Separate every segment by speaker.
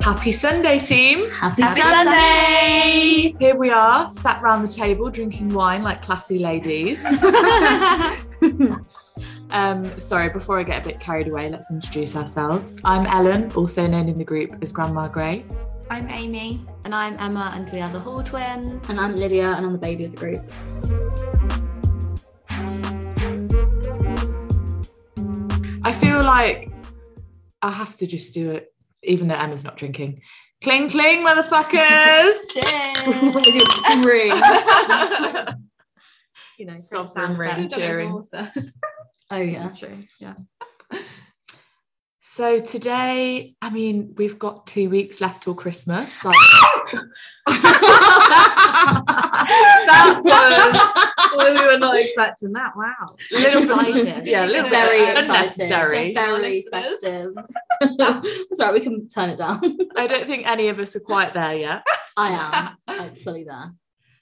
Speaker 1: Happy Sunday, team.
Speaker 2: Happy,
Speaker 3: Happy
Speaker 2: Sunday!
Speaker 1: Here we are, sat round the table drinking wine like classy ladies. um, sorry, before I get a bit carried away, let's introduce ourselves. I'm Ellen, also known in the group as Grandma Grey.
Speaker 3: I'm Amy. And I'm Emma, and we are the Hall twins.
Speaker 2: And I'm Lydia, and I'm the baby of the group.
Speaker 1: I feel like I have to just do it, even though Emma's not drinking. Cling, cling, motherfuckers.
Speaker 3: you know,
Speaker 1: Sovereign ring cheering.
Speaker 2: Oh yeah.
Speaker 3: True. Yeah.
Speaker 1: So today, I mean, we've got two weeks left till Christmas. Like that
Speaker 3: well, we were not expecting that. Wow.
Speaker 1: was a little
Speaker 2: Excited.
Speaker 1: yeah, a little
Speaker 2: Very
Speaker 1: bit unnecessary.
Speaker 2: exciting. Very festive. That's right, we can turn it down.
Speaker 1: I don't think any of us are quite there yet.
Speaker 2: I am like fully there.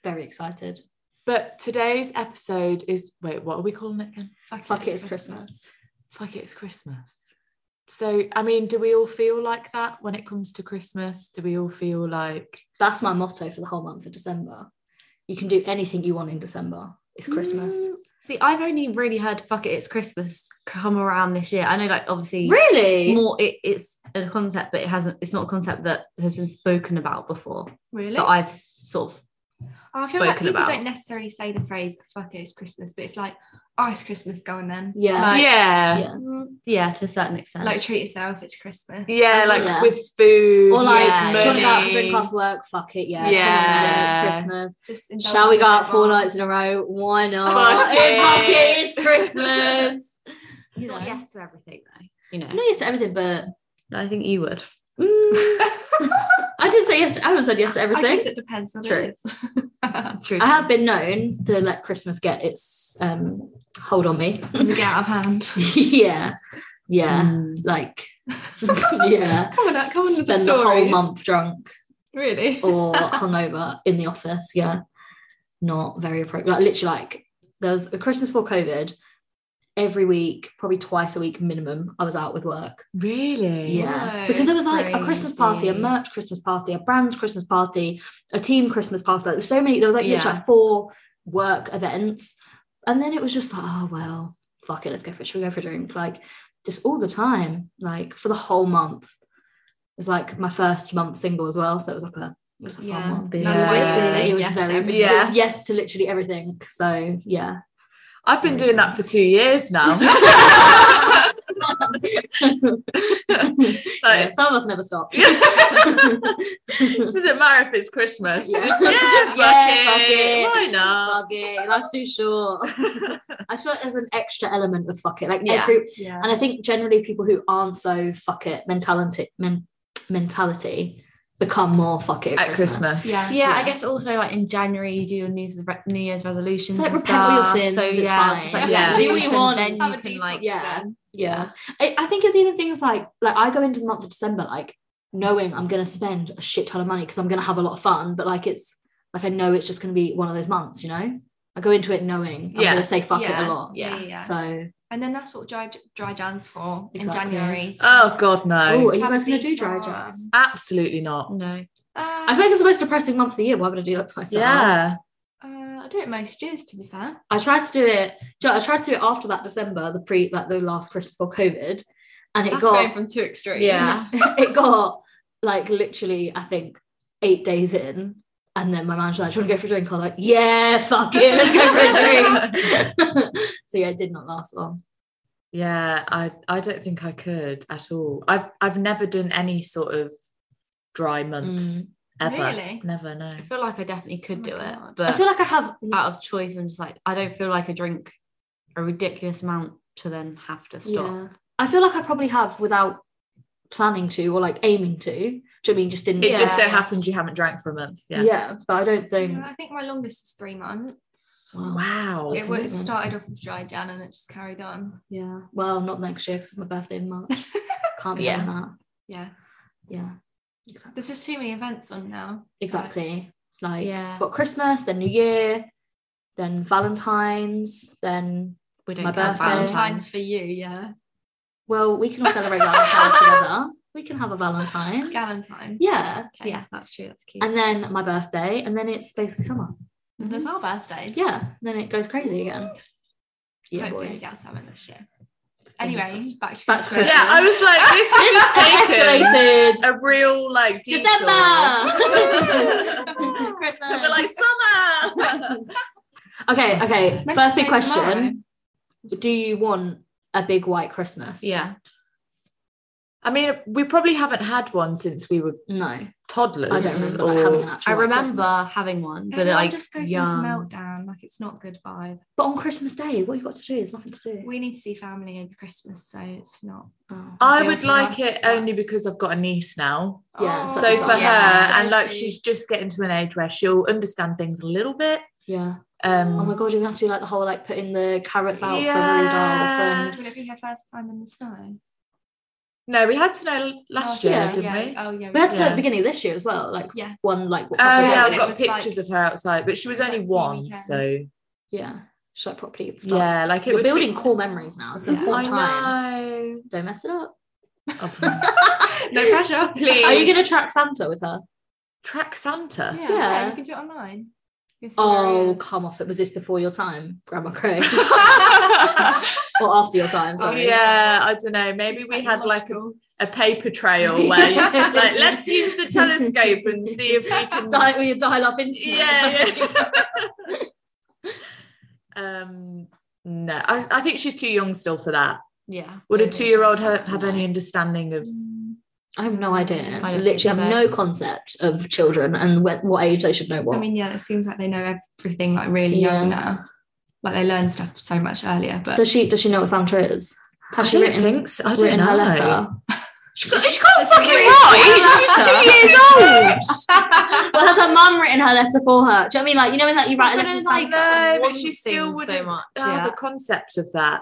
Speaker 2: Very excited.
Speaker 1: But today's episode is wait, what are we calling it again?
Speaker 2: Fuck it, it's Christmas.
Speaker 1: Fuck it, it's Christmas. So, I mean, do we all feel like that when it comes to Christmas? Do we all feel like
Speaker 2: That's my motto for the whole month of December. You can do anything you want in December. It's Christmas.
Speaker 3: See, I've only really heard "fuck it, it's Christmas" come around this year. I know, like, obviously,
Speaker 2: Really?
Speaker 3: Mm. more it, it's a concept, but it hasn't. It's not a concept that has been spoken about before.
Speaker 4: Really? Oh,
Speaker 3: That I've s- sort of.
Speaker 4: I feel like
Speaker 3: spoken
Speaker 4: people
Speaker 3: about.
Speaker 4: don't necessarily say the phrase "fuck it, it's Christmas," but it's like, "Oh, it's Christmas, go on then."
Speaker 2: yeah.
Speaker 4: Like-
Speaker 1: yeah.
Speaker 2: yeah.
Speaker 3: Mm, Yeah, to a certain extent.
Speaker 4: Like treat yourself, it's Christmas.
Speaker 1: Yeah, like
Speaker 2: Yeah.
Speaker 1: with food.
Speaker 2: Or like,
Speaker 3: Yeah,
Speaker 2: do you want to go out for
Speaker 1: money.
Speaker 2: a drink after work? Fuck it, yeah.
Speaker 1: Yeah.
Speaker 2: Come on, yeah, it's Christmas.
Speaker 4: Just indulge
Speaker 2: Shall we
Speaker 4: in
Speaker 2: go
Speaker 4: a
Speaker 2: out
Speaker 4: bit
Speaker 2: four
Speaker 4: more.
Speaker 2: nights in a row? Why not?
Speaker 1: Fuck it.
Speaker 2: Fuck it, it's Christmas. You know,
Speaker 3: Not yes to everything, though. You
Speaker 2: I
Speaker 3: know,
Speaker 2: know yes to everything, but
Speaker 3: I think you would.
Speaker 2: mm, I did say yes. I haven't said yes to
Speaker 4: I guess
Speaker 2: everything.
Speaker 4: it depends on
Speaker 3: True.
Speaker 4: it. Does
Speaker 3: True.
Speaker 2: I have been known to let Christmas get its um, hold on me.
Speaker 4: it get out of hand?
Speaker 2: yeah, yeah,
Speaker 1: Mm.
Speaker 2: like yeah.
Speaker 4: Come on, come on with the
Speaker 2: Spend the whole
Speaker 4: stories.
Speaker 2: month Oh, drunk
Speaker 4: Really?
Speaker 2: or hungover in the office. Yeah, not very appropriate. Like literally, like there was a Christmas before COVID. Every week, probably twice a week minimum, I was out with work.
Speaker 1: Really?
Speaker 2: Yeah,
Speaker 4: Whoa,
Speaker 2: because there was like a Christmas party, a
Speaker 3: crazy.
Speaker 2: merch Christmas party, a brands Christmas party, a team Christmas party. Like, there was so many. There was like literally
Speaker 3: Yeah.
Speaker 2: like four work events, and then it was just like, oh well, fuck it, let's go for it. Should we go for a drink? Like just all the time, like for the whole month. It's like my first month single as well, so it was like a it was a fun
Speaker 3: Yeah,
Speaker 2: one.
Speaker 3: busy.
Speaker 4: That's
Speaker 1: Yeah.
Speaker 4: what you say,
Speaker 2: It was
Speaker 4: yes,
Speaker 2: very
Speaker 4: everything.
Speaker 2: busy.
Speaker 3: Yes.
Speaker 2: yes to literally everything. So yeah,
Speaker 1: I've been doing that for two years now.
Speaker 2: Yeah,
Speaker 1: Like,
Speaker 2: some of us never stop.
Speaker 1: It doesn't matter if it's Christmas.
Speaker 2: Yeah.
Speaker 1: Just, yeah,
Speaker 2: Just,
Speaker 1: fuck
Speaker 2: yeah,
Speaker 1: it.
Speaker 2: fuck
Speaker 1: Why
Speaker 2: it.
Speaker 1: not?
Speaker 2: fuck it. Life's too short. I feel like there's an extra element of fuck it. Like
Speaker 3: Yeah.
Speaker 2: every
Speaker 4: Yeah.
Speaker 2: and I think generally people who aren't so fuck it mentality men, mentality become more fuck it at,
Speaker 1: At Christmas.
Speaker 4: Yeah.
Speaker 3: yeah, I
Speaker 2: Yeah.
Speaker 3: guess also like in January you do your New Year's, New Year's resolutions.
Speaker 2: So, like,
Speaker 3: and
Speaker 2: repent all your
Speaker 3: stuff.
Speaker 2: sins,
Speaker 3: So
Speaker 2: it's
Speaker 3: yeah,
Speaker 2: fine.
Speaker 3: just, like,
Speaker 1: Yeah.
Speaker 3: let
Speaker 2: Do what
Speaker 3: loose
Speaker 2: you
Speaker 3: and
Speaker 2: want.
Speaker 3: Then you
Speaker 4: Have a
Speaker 3: can
Speaker 4: detox
Speaker 3: like
Speaker 2: yeah.
Speaker 4: then.
Speaker 2: Yeah. I, I think it's even things like like I go into the month of December like knowing I'm gonna spend a shit ton of money because I'm gonna have a lot of fun, but like it's like I know it's just gonna be one of those months, you know? I go into it knowing I'm
Speaker 1: Yeah.
Speaker 2: gonna say fuck
Speaker 4: Yeah.
Speaker 2: it a lot.
Speaker 3: Yeah.
Speaker 4: Yeah. yeah.
Speaker 2: So
Speaker 4: and then that's what dry dry Jan's for in
Speaker 2: Exactly.
Speaker 4: January.
Speaker 1: Oh God, no.
Speaker 2: oh, are you
Speaker 4: Have
Speaker 2: guys
Speaker 4: a
Speaker 2: gonna do dry
Speaker 4: detox.
Speaker 2: jobs?
Speaker 1: Absolutely not.
Speaker 3: no.
Speaker 2: I feel like it's the most depressing month of the year. Why would I do that to myself?
Speaker 1: Yeah.
Speaker 4: Uh, I do it most years, to be fair.
Speaker 2: I tried to do it. do you know, I tried to do it after that December, the pre, like the last Christmas before COVID, and it
Speaker 4: That's going
Speaker 2: got
Speaker 4: from two extremes.
Speaker 3: Yeah.
Speaker 2: it got like literally, I think eight days in, and then my manager was like, "Do you want to go for a drink?" I was like, "Yeah, fuck it, let's go for a drink." so yeah, it did not last long.
Speaker 1: Yeah, I I don't think I could at all. I've I've never done any sort of dry month
Speaker 2: Mm.
Speaker 1: ever.
Speaker 4: Really?
Speaker 1: Never, no.
Speaker 3: I feel like I definitely could
Speaker 4: Oh my
Speaker 3: do it,
Speaker 4: God.
Speaker 3: but
Speaker 2: I feel like I have.
Speaker 4: Ah,
Speaker 3: out of choice, I'm just like I don't feel like I drink a ridiculous amount to then have to stop.
Speaker 2: Yeah, I feel like I probably have without planning to or like aiming to. Do you know what I mean just didn't?
Speaker 1: It just so
Speaker 4: Yeah.
Speaker 1: happens you haven't drank for a month.
Speaker 2: yeah.
Speaker 1: Yeah.
Speaker 2: but I don't think.
Speaker 4: Yeah, I think my longest is three months.
Speaker 2: Wow.
Speaker 1: Wow.
Speaker 4: It
Speaker 2: commitment.
Speaker 4: was started off with dry Jan and it just carried on.
Speaker 2: Yeah. Well, not next year because my birthday in March. Can't be
Speaker 3: Yeah.
Speaker 2: on that.
Speaker 4: Yeah.
Speaker 2: Yeah. Exactly.
Speaker 4: There's just too many events on now.
Speaker 2: Exactly. Like
Speaker 3: Yeah.
Speaker 2: got Christmas, then New Year, then Valentine's, then
Speaker 3: We don't
Speaker 2: My
Speaker 3: count
Speaker 2: birthday.
Speaker 4: Valentine's
Speaker 3: Valentine's.
Speaker 4: for you, yeah.
Speaker 2: well, we can all celebrate Valentine's together. We can have a Valentine's.
Speaker 4: Valentine.
Speaker 2: Yeah.
Speaker 4: Okay.
Speaker 3: Yeah, that's true. That's cute.
Speaker 2: And then my birthday, and then it's basically summer.
Speaker 4: And it's our birthdays.
Speaker 2: Yeah. Then it goes crazy again. Yeah,
Speaker 4: Hopefully we
Speaker 2: boy.
Speaker 4: get summer this year. Anyway,
Speaker 2: crossed.
Speaker 4: back to
Speaker 2: Back to
Speaker 4: Christmas.
Speaker 1: Yeah, I was like, this is just taken
Speaker 2: Escalated.
Speaker 1: a real like detour.
Speaker 2: December.
Speaker 1: But
Speaker 2: Christmas.
Speaker 1: like summer.
Speaker 2: Okay, okay.
Speaker 4: It's meant
Speaker 2: First
Speaker 4: to
Speaker 2: big
Speaker 4: snow tomorrow.
Speaker 2: question. Do you want a big white Christmas?
Speaker 3: yeah,
Speaker 1: I mean, we probably haven't had one since we were
Speaker 2: No. I
Speaker 1: toddlers.
Speaker 2: don't remember like,
Speaker 1: or-
Speaker 2: having an actual
Speaker 3: I
Speaker 2: white
Speaker 3: remember
Speaker 2: Christmas.
Speaker 3: having one, but
Speaker 4: Everyone
Speaker 3: like
Speaker 4: just goes
Speaker 3: young.
Speaker 4: into meltdown. Like it's not good vibe.
Speaker 2: But on Christmas Day, what you got to do? There's nothing to do.
Speaker 4: We need to see family over Christmas, so it's not.
Speaker 2: Oh.
Speaker 1: I
Speaker 4: deal
Speaker 1: would
Speaker 4: for
Speaker 1: like
Speaker 4: us,
Speaker 1: it
Speaker 4: yeah.
Speaker 1: only because I've got a niece now.
Speaker 2: Yeah,
Speaker 4: Oh,
Speaker 1: so for
Speaker 4: yeah.
Speaker 1: her, and like
Speaker 4: So
Speaker 1: she's just getting to an age where she'll understand things a little bit.
Speaker 2: yeah. Oh my
Speaker 1: Um,
Speaker 2: god, you're gonna have to do like the whole like putting the carrots out
Speaker 1: Yeah.
Speaker 2: for Rudolph and
Speaker 4: Will it be her first time in the snow?
Speaker 1: no, we had snow last
Speaker 2: Oh,
Speaker 1: year,
Speaker 2: yeah,
Speaker 1: didn't
Speaker 4: yeah.
Speaker 1: we?
Speaker 4: Oh yeah.
Speaker 2: we had to do it
Speaker 1: Yeah.
Speaker 2: at the beginning of this year as well. Like
Speaker 4: Yeah.
Speaker 2: one like what
Speaker 1: Oh
Speaker 2: proper
Speaker 1: yeah,
Speaker 2: day
Speaker 1: I've
Speaker 4: it
Speaker 2: it
Speaker 1: got
Speaker 2: is.
Speaker 4: was like-
Speaker 1: pictures of her outside, but she was
Speaker 4: It was
Speaker 1: only
Speaker 4: like three
Speaker 1: one,
Speaker 4: weekends.
Speaker 1: so
Speaker 2: yeah. Should like properly get started.
Speaker 1: yeah, like it
Speaker 2: You're
Speaker 1: was
Speaker 2: building core memories now. It's an
Speaker 1: I
Speaker 2: important time.
Speaker 1: know.
Speaker 2: Don't mess it up.
Speaker 1: Oh,
Speaker 4: no pressure.
Speaker 1: Please.
Speaker 2: Are you gonna track Santa with her?
Speaker 1: track Santa?
Speaker 4: Yeah,
Speaker 2: Yeah.
Speaker 4: You can do it online. Yes,
Speaker 2: Oh
Speaker 4: there is.
Speaker 2: come off! It was this before your time, Grandma Craig,
Speaker 1: oh
Speaker 2: or after your time? Sorry.
Speaker 1: yeah, I don't know. Maybe
Speaker 4: It's
Speaker 1: we had like a,
Speaker 4: logical.
Speaker 1: a paper trail where you, like let's use the telescope and see if we can
Speaker 2: Dial, will you dial up into?
Speaker 1: yeah, yeah. um no I, I think she's too young still for that
Speaker 3: Yeah.
Speaker 1: would a
Speaker 3: Maybe
Speaker 1: two-year-old
Speaker 3: she's
Speaker 1: have,
Speaker 3: like,
Speaker 1: have
Speaker 3: no.
Speaker 1: any understanding of
Speaker 2: Mm. I have no idea. I
Speaker 3: I don't
Speaker 2: literally have
Speaker 3: think
Speaker 2: no
Speaker 3: so.
Speaker 2: concept of children and when, what age they should know what.
Speaker 4: I mean, yeah, it seems like they know everything like really young now. Like they learn stuff so much earlier, but
Speaker 2: does she does she know what Santa is? Has she written,
Speaker 1: things i don't
Speaker 2: written her letter?
Speaker 1: know she can't, she can't fucking write she's two years old
Speaker 2: well, has her mum written her letter for her? Do you know what I mean? Like, you know when like, you write a
Speaker 3: But
Speaker 2: letter
Speaker 3: it's
Speaker 2: to
Speaker 3: like,
Speaker 2: Santa?
Speaker 1: no but
Speaker 3: one
Speaker 1: she still
Speaker 3: thing so
Speaker 1: wouldn't
Speaker 3: much,
Speaker 1: have
Speaker 3: yeah.
Speaker 1: the concept of that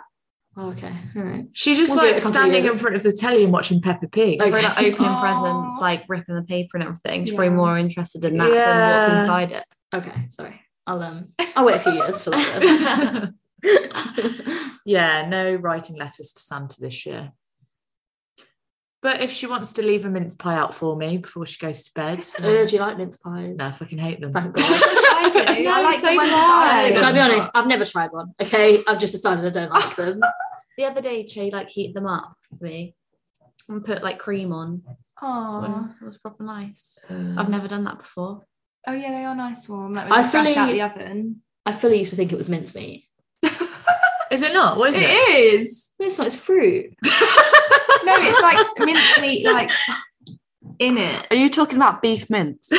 Speaker 2: Oh, okay, all right.
Speaker 1: she's just
Speaker 2: We'll do it
Speaker 1: like
Speaker 2: a couple
Speaker 1: standing in
Speaker 2: years.
Speaker 1: front of the telly and watching peppa pig
Speaker 2: Okay.
Speaker 3: Probably like opening
Speaker 4: Aw.
Speaker 3: presents, like ripping the paper and everything. She's
Speaker 4: Yeah.
Speaker 3: probably more interested in that than
Speaker 1: Yeah.
Speaker 3: what's inside it.
Speaker 2: Okay, sorry. I'll um, I'll wait a few years for that. Uh,
Speaker 3: yeah,
Speaker 1: yeah no writing letters to santa this year but if she wants to leave a mince pie out for me before she goes to bed
Speaker 2: uh, do you like mince pies?
Speaker 1: No, I fucking hate them.
Speaker 2: Thank
Speaker 4: I
Speaker 2: God.
Speaker 4: wish I do.
Speaker 1: No,
Speaker 4: I like
Speaker 1: so
Speaker 4: the ones
Speaker 1: do
Speaker 4: that
Speaker 1: I.
Speaker 4: I
Speaker 2: Shall I be
Speaker 1: them.
Speaker 2: honest? I've never tried one. Okay, I've just decided I don't like them.
Speaker 3: the other day, Che like heated them up for me and put like cream on.
Speaker 4: Oh,
Speaker 3: And It was proper nice.
Speaker 2: Uh,
Speaker 3: I've never done that before.
Speaker 4: oh yeah, they are nice warm. Like
Speaker 2: I
Speaker 4: I fresh out
Speaker 2: fully-
Speaker 4: the oven.
Speaker 2: I fully used to think it was mincemeat.
Speaker 1: Is it not? What is it?
Speaker 4: is.
Speaker 2: No, it's not. It's fruit.
Speaker 4: No, it's like minced meat, like in it.
Speaker 3: Are you talking about beef mince?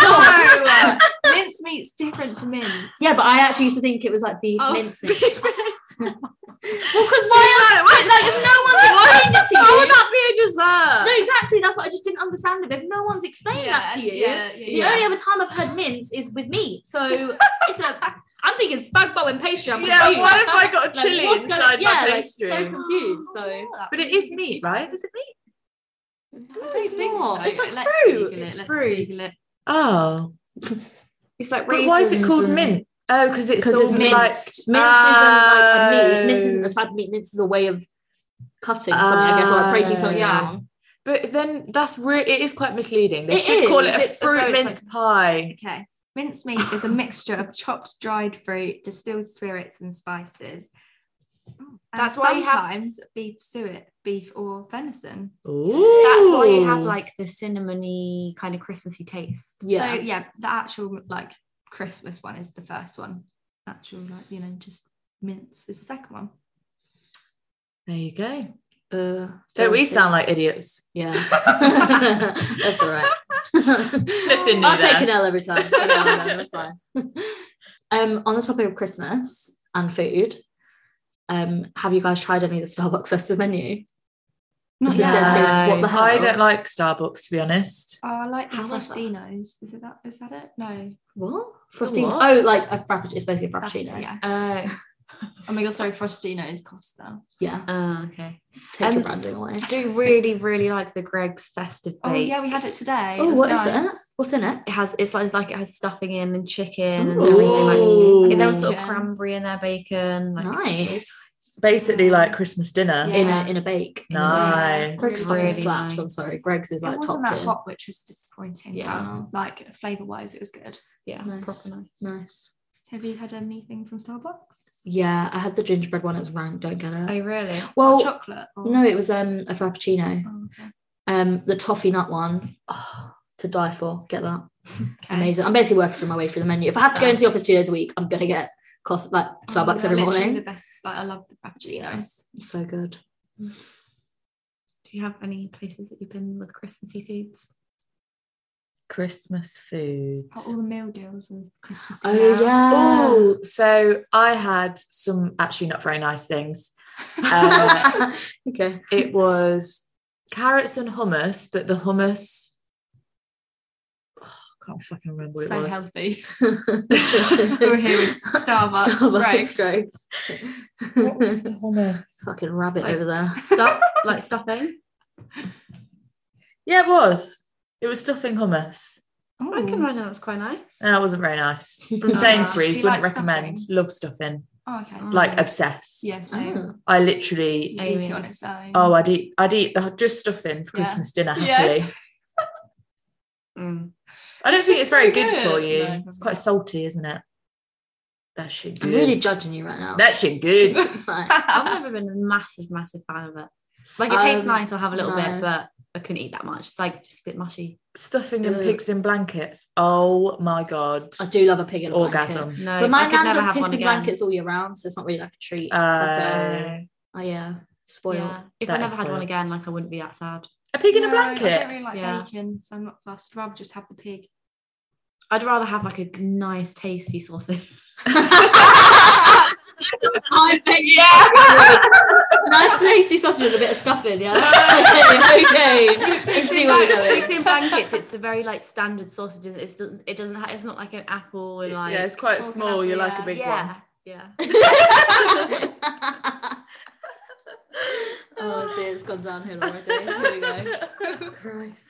Speaker 4: No, minced meat's different to mint.
Speaker 2: Yeah, but I actually used to think it was like beef
Speaker 4: Oh,
Speaker 2: mincemeat. well, because my like, if no
Speaker 1: Why-
Speaker 2: one's explained it to you.
Speaker 1: How would that be a dessert?
Speaker 2: No, exactly. That's what I just didn't understand. It. If no one's explained that to you,
Speaker 4: Yeah, yeah,
Speaker 2: the
Speaker 4: yeah.
Speaker 2: only other time I've heard mince is with meat. So it's a. I'm thinking spag bowl and pastry. I'm
Speaker 1: Yeah,
Speaker 2: confused.
Speaker 1: what if I got a
Speaker 2: Like,
Speaker 1: chili
Speaker 2: what's going-
Speaker 1: inside
Speaker 2: yeah,
Speaker 1: my
Speaker 2: like,
Speaker 1: pastry?
Speaker 2: so confused.
Speaker 4: Oh,
Speaker 2: So
Speaker 1: but it is meat, right? Is it meat?
Speaker 2: No, it's not. It's like
Speaker 4: Let's
Speaker 2: fruit.
Speaker 4: Google it.
Speaker 2: It's
Speaker 4: Let's
Speaker 2: fruit.
Speaker 4: Google it.
Speaker 1: Oh.
Speaker 3: It's like
Speaker 1: But why is it called mint? Oh, because it's
Speaker 2: because it's
Speaker 1: all like-
Speaker 2: minced. mince isn't like a meat. Mince
Speaker 1: Oh.
Speaker 2: isn't a type of meat. Mince is a way of cutting something, I guess, or like breaking something
Speaker 1: Ah, yeah.
Speaker 2: down.
Speaker 1: But then that's re- it is quite misleading. They
Speaker 2: It
Speaker 1: should call it a
Speaker 2: is. It's-
Speaker 1: fruit
Speaker 3: so it's
Speaker 1: mince pie.
Speaker 4: Okay. Minced meat is a mixture of chopped dried fruit, distilled spirits, and spices. Oh, And
Speaker 3: That's why you have-
Speaker 4: sometimes beef suet, beef or venison.
Speaker 1: Ooh.
Speaker 3: That's why you have like the cinnamony kind of Christmassy taste.
Speaker 2: Yeah.
Speaker 4: So yeah, the actual like Christmas one is the first one. Actual like you know just mince is the second one.
Speaker 1: There you go.
Speaker 2: Uh,
Speaker 1: Don't we
Speaker 2: delicate.
Speaker 1: sound like idiots?
Speaker 2: Yeah, that's all right.
Speaker 1: Nothing new
Speaker 2: I'll
Speaker 1: there.
Speaker 2: take an L every time. Every now and then, That's fine. Um, on the topic of Christmas and food, um, have you guys tried any of the Starbucks festive menu? This is
Speaker 1: yet.
Speaker 2: dead serious. What the
Speaker 1: No,
Speaker 2: hell?
Speaker 1: I don't like Starbucks to be honest.
Speaker 4: Oh, I like the
Speaker 3: How was that?
Speaker 4: Frostinos. Is it that? Is that it? No.
Speaker 2: What? Frosting?
Speaker 1: what?
Speaker 2: Oh, like a frappuccino. It's basically a
Speaker 4: That's
Speaker 2: frappuccino.
Speaker 4: it, yeah.
Speaker 1: Uh,
Speaker 4: Oh my god, sorry, Frostino is Costa.
Speaker 2: Yeah,
Speaker 3: Oh, okay.
Speaker 2: take
Speaker 3: Um,
Speaker 2: your branding away.
Speaker 3: I do really, really like the Greg's festive
Speaker 4: Oh
Speaker 3: bake.
Speaker 4: yeah, we had it today.
Speaker 2: Oh,
Speaker 4: it was
Speaker 2: what is
Speaker 4: nice.
Speaker 2: it? What's in it?
Speaker 3: It has it's like, it's like it has stuffing in and chicken and everything like
Speaker 1: Ooh.
Speaker 3: I think there was sort of
Speaker 4: Yeah.
Speaker 3: cranberry in there, bacon. Like,
Speaker 2: Nice.
Speaker 1: Basically, like Christmas dinner.
Speaker 4: Yeah.
Speaker 2: In a in a bake.
Speaker 4: Yeah.
Speaker 1: Nice.
Speaker 2: Greg's
Speaker 3: It's
Speaker 2: fucking
Speaker 3: really
Speaker 2: slaps. I'm
Speaker 3: nice.
Speaker 2: sorry. Greg's is like top
Speaker 4: it wasn't that
Speaker 2: tier.
Speaker 4: hot, which was disappointing.
Speaker 2: Yeah.
Speaker 4: But, like flavour wise, it was good.
Speaker 3: Yeah,
Speaker 2: Nice.
Speaker 3: proper nice.
Speaker 2: Nice.
Speaker 4: Have you had anything from Starbucks?
Speaker 2: Yeah, I had the gingerbread one. It's rank. Don't get it.
Speaker 3: Oh really?
Speaker 2: well,
Speaker 4: Chocolate? Or...
Speaker 2: no, it was um a frappuccino.
Speaker 4: Oh, okay.
Speaker 2: Um, the toffee nut one. Oh, to die for. Get that.
Speaker 4: Okay.
Speaker 2: Amazing. I'm basically working through my way through the menu. If I have to go into the office two days a week, I'm gonna get cost like Starbucks
Speaker 4: Oh,
Speaker 2: every
Speaker 4: literally
Speaker 2: morning.
Speaker 4: The best. Like I love the frappuccinos.
Speaker 2: It's so good.
Speaker 3: Do you have any places that you've been with Christmassy foods?
Speaker 1: Christmas food.
Speaker 4: Oh, All the meal deals and Christmas.
Speaker 2: Oh
Speaker 4: dinner.
Speaker 2: yeah.
Speaker 1: Oh, so I had some actually not very nice things. Um,
Speaker 4: Uh,
Speaker 2: okay.
Speaker 1: It was carrots and hummus, but the hummus. Oh, I can't fucking remember what it
Speaker 4: so
Speaker 1: was.
Speaker 4: healthy. We're
Speaker 2: We're
Speaker 4: here with Starbucks, Greg's.
Speaker 2: Greg's.
Speaker 1: What was the hummus?
Speaker 2: Fucking rabbit
Speaker 3: Like-
Speaker 2: over there.
Speaker 3: Stuff like stuffing?
Speaker 1: Yeah, it was. It was stuffing hummus.
Speaker 4: Ooh.
Speaker 3: I can imagine that was quite nice.
Speaker 1: That wasn't very nice. From
Speaker 4: Uh,
Speaker 1: Sainsbury's,
Speaker 4: do you
Speaker 1: wouldn't
Speaker 4: like
Speaker 1: recommend.
Speaker 4: stuffing?
Speaker 1: Love stuffing.
Speaker 4: Oh, okay.
Speaker 3: Mm.
Speaker 1: Like obsessed.
Speaker 4: Yes, no.
Speaker 2: Oh,
Speaker 1: I literally.
Speaker 4: You
Speaker 3: Oh,
Speaker 4: eat it on
Speaker 3: yes.
Speaker 4: its own.
Speaker 1: Oh, I'd eat. I'd eat the, just stuffing for
Speaker 4: Yeah.
Speaker 1: Christmas dinner happily.
Speaker 4: Yes.
Speaker 3: Mm.
Speaker 1: I don't
Speaker 4: It's
Speaker 1: think it's
Speaker 4: just
Speaker 1: very
Speaker 4: so
Speaker 1: good, for
Speaker 4: good.
Speaker 1: you.
Speaker 4: No,
Speaker 1: it's quite salty, isn't it? That shit
Speaker 2: I'm
Speaker 1: good.
Speaker 2: really judging you right now.
Speaker 1: that shit good.
Speaker 2: Like,
Speaker 3: I've never been a massive, massive fan of it. Like it
Speaker 2: Um,
Speaker 3: tastes nice, I'll have a little
Speaker 2: no.
Speaker 3: bit, but I couldn't eat that much. It's like just a bit mushy.
Speaker 1: Stuffing and
Speaker 2: Ugh.
Speaker 1: pigs in blankets. Oh my god.
Speaker 2: uh, I do love a pig in a blanket.
Speaker 1: Orgasm.
Speaker 3: No,
Speaker 2: But my
Speaker 3: I could
Speaker 2: nan
Speaker 3: never
Speaker 2: does
Speaker 3: have
Speaker 2: pigs
Speaker 3: one
Speaker 2: in
Speaker 3: again.
Speaker 2: blankets all year round, so it's not really like a treat. It's like a,
Speaker 1: Uh,
Speaker 2: oh yeah, spoiled.
Speaker 3: Yeah. If
Speaker 1: That
Speaker 3: I
Speaker 1: is
Speaker 3: never had one
Speaker 1: spoiled.
Speaker 3: again, like I wouldn't be that sad.
Speaker 1: a pig in a
Speaker 4: No, I don't
Speaker 1: blanket.
Speaker 4: really like
Speaker 3: Yeah.
Speaker 4: bacon, so I'm not fussed. I'd rather just have the pig.
Speaker 3: I'd rather have like a g- nice, tasty sausage.
Speaker 2: I bet you. Yeah. nice tasty sausage with a bit of stuffing. Yeah. okay. Okay. I see where we're
Speaker 3: Pigs
Speaker 2: going.
Speaker 3: in blankets. It's a very like standard sausage. isn't it? It's doesn't. It doesn't. Ha- it's not like an apple and like. oh,
Speaker 1: yeah, it's quite
Speaker 4: Orgasm,
Speaker 1: small. You like a
Speaker 4: yeah.
Speaker 1: big
Speaker 3: yeah.
Speaker 1: one.
Speaker 3: Yeah.
Speaker 2: oh, dear, it's gone downhill already. Here we go. Christ.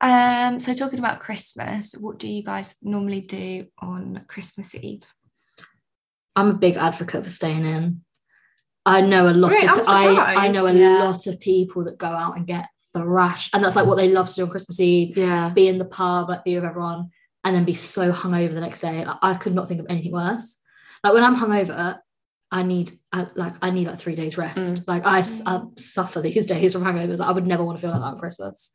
Speaker 4: Um, so talking about Christmas, what do you guys normally do on Christmas Eve?
Speaker 2: I'm a big advocate for staying in. I know a lot
Speaker 4: Really? I'm
Speaker 2: of I, I
Speaker 4: surprised.
Speaker 2: know a
Speaker 1: Yeah.
Speaker 2: lot of people that go out and get thrashed, and that's like what they love to do on Christmas Eve.
Speaker 1: Yeah.
Speaker 2: be in the pub, like be with everyone, and then be so hungover the next day. Like, I could not think of anything worse. Like when I'm hungover, I need I, like I need like three days rest.
Speaker 3: Mm.
Speaker 2: Like I, s- I suffer these days from hangovers. Like, I would never want to feel like that on Christmas.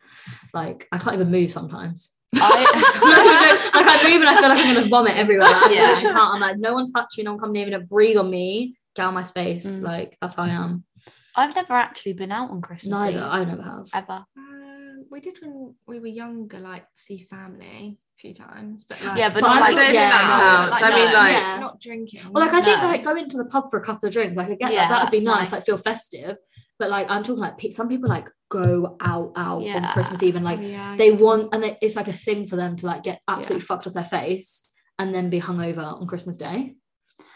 Speaker 2: Like I can't even move sometimes.
Speaker 3: I-
Speaker 2: like I move and I feel like I'm gonna vomit everywhere. Like, I
Speaker 3: Yeah.
Speaker 2: literally can't. I'm like no one touch me, no one come near me, don't breathe on me. Get out of my space.
Speaker 3: Mm.
Speaker 2: Like that's how I am.
Speaker 3: I've never actually been out on Christmas.
Speaker 2: Neither I never have.
Speaker 3: Ever.
Speaker 4: Um, we did when we were younger, like see family a few times, but like,
Speaker 3: Yeah, but
Speaker 2: But
Speaker 3: not
Speaker 2: I'm
Speaker 3: like.
Speaker 2: saying that
Speaker 3: yeah,
Speaker 2: counts. I mean,
Speaker 3: no.
Speaker 1: like-
Speaker 2: Yeah.
Speaker 4: not drinking.
Speaker 2: Well, like I think
Speaker 3: No.
Speaker 2: like going to the pub for a couple of drinks, like I get that,
Speaker 3: Yeah,
Speaker 2: that would be
Speaker 3: that's
Speaker 2: nice, like feel
Speaker 3: nice.
Speaker 2: festive. But like I'm talking like pe- some people like go out out on
Speaker 3: Yeah.
Speaker 2: Christmas Eve and
Speaker 4: Oh,
Speaker 2: like
Speaker 4: yeah,
Speaker 2: they
Speaker 4: yeah.
Speaker 2: want and it- it's like a thing for them to like get absolutely fucked off their face and then be hungover on Christmas Day.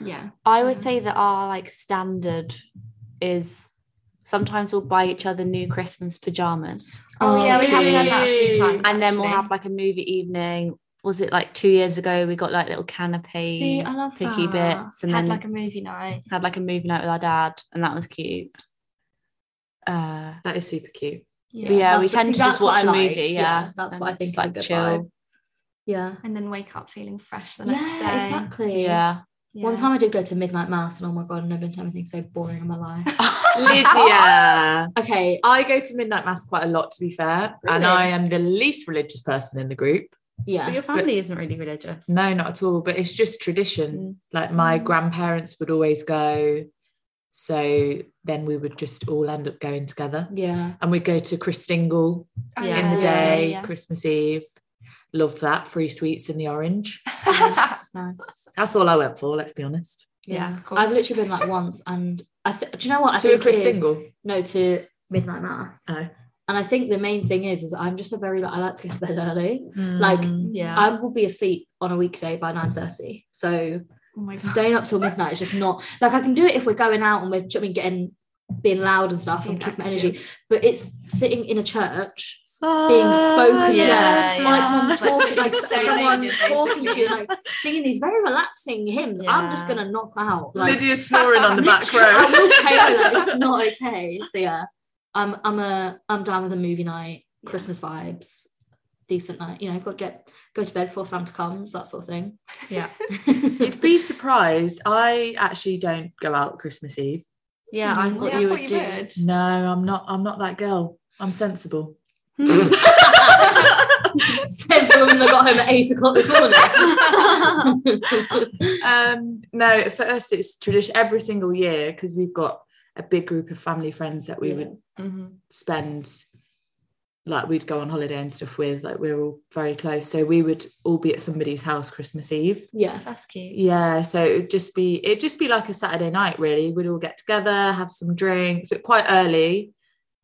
Speaker 4: yeah.
Speaker 5: I would say
Speaker 3: Mm.
Speaker 5: that our like standard is sometimes we'll buy each other new Christmas pajamas,
Speaker 4: Oh, yeah, we have done
Speaker 1: cute.
Speaker 4: that a few times.
Speaker 5: and then we'll
Speaker 4: actually.
Speaker 5: have like a movie evening. Was it like two years ago? We got like little canopy
Speaker 2: See, I love
Speaker 5: picky
Speaker 2: that.
Speaker 5: bits, and
Speaker 4: had
Speaker 5: then
Speaker 4: like a movie night.
Speaker 5: had like a movie night with our dad, and that was cute. Uh,
Speaker 1: That is super cute.
Speaker 5: but yeah, we
Speaker 2: That's- see,
Speaker 5: tend to
Speaker 2: that's
Speaker 5: just
Speaker 2: what
Speaker 5: watch
Speaker 2: I
Speaker 5: a
Speaker 2: like.
Speaker 5: movie.
Speaker 2: Yeah,
Speaker 5: Yeah,
Speaker 2: that's
Speaker 5: and
Speaker 2: what I think
Speaker 5: just,
Speaker 2: is a good vibe. Yeah.
Speaker 4: and then wake up feeling fresh the
Speaker 2: yeah,
Speaker 4: next day.
Speaker 2: exactly.
Speaker 5: Yeah,
Speaker 2: One time I did go to midnight mass and oh my god, I've never been to anything so boring in my life.
Speaker 1: Lydia.
Speaker 2: Okay,
Speaker 1: I go to midnight mass quite a lot, to be fair, and
Speaker 2: Really?
Speaker 1: I am the least religious person in the group.
Speaker 2: yeah.
Speaker 3: But your family isn't really religious.
Speaker 1: No, not at all. But it's just
Speaker 2: Mm.
Speaker 1: tradition. Like my grandparents would always go. So then we would just all end up going together.
Speaker 2: Yeah.
Speaker 1: And we'd go to Christingle
Speaker 4: Oh,
Speaker 3: Yeah.
Speaker 1: in the
Speaker 4: yeah, yeah,
Speaker 1: day,
Speaker 4: yeah.
Speaker 1: Christmas Eve. Love that. Free sweets in the orange.
Speaker 2: Nice, nice.
Speaker 1: That's all I went for, let's be honest.
Speaker 4: Yeah, of course.
Speaker 2: I've literally been like once, and I th- do you know what? I
Speaker 1: to a
Speaker 2: think it is-
Speaker 1: Christingle.
Speaker 2: No, to midnight mass.
Speaker 1: Oh.
Speaker 2: And I think the main thing is, is I'm just a very like I like to go to bed early. Like,
Speaker 1: Mm.
Speaker 3: Yeah.
Speaker 2: I will be asleep on a weekday by nine thirty. So
Speaker 4: Oh my god.
Speaker 2: Staying up till midnight is just not like I can do it if we're going out and we're do you know what I mean, getting being loud and stuff and
Speaker 4: Being
Speaker 2: keeping my
Speaker 4: active.
Speaker 2: energy. But it's sitting in a church being spoken
Speaker 5: yeah, yeah.
Speaker 2: there, or like someone
Speaker 5: Like,
Speaker 2: talking, like
Speaker 4: so
Speaker 2: someone
Speaker 4: naked,
Speaker 2: talking to you, like singing these very relaxing hymns. I'm just
Speaker 3: Yeah.
Speaker 2: gonna knock out. Like,
Speaker 1: Lydia's snoring on the back
Speaker 2: literally, I'm
Speaker 1: row.
Speaker 2: okay with that. It's not okay. So yeah, I'm I'm a I'm down with a movie night, Christmas vibes, decent night. You know, got to get go to bed before Santa comes, that sort of thing.
Speaker 3: Yeah.
Speaker 2: it's
Speaker 1: You'd be surprised. I actually don't go out Christmas Eve.
Speaker 3: Yeah, I
Speaker 2: "Mm,
Speaker 3: thought
Speaker 4: Yeah, I
Speaker 3: you
Speaker 4: thought
Speaker 3: would do.
Speaker 4: you would.
Speaker 1: No, I'm not. I'm not that girl. I'm sensible.
Speaker 3: Mm-hmm.
Speaker 2: says the woman that got home at eight o'clock this morning.
Speaker 1: Um, no, for us it's tradition every single year because we've got a big group of family friends that we
Speaker 2: Yeah.
Speaker 1: would
Speaker 3: Mhm.
Speaker 1: spend like we'd go on holiday and stuff with. Like we're all very close, so we would all be at somebody's house Christmas Eve.
Speaker 2: yeah,
Speaker 3: That's cute.
Speaker 1: Yeah, so it'd just be it'd just be like a Saturday night, really. We'd all get together, have some drinks, but quite early,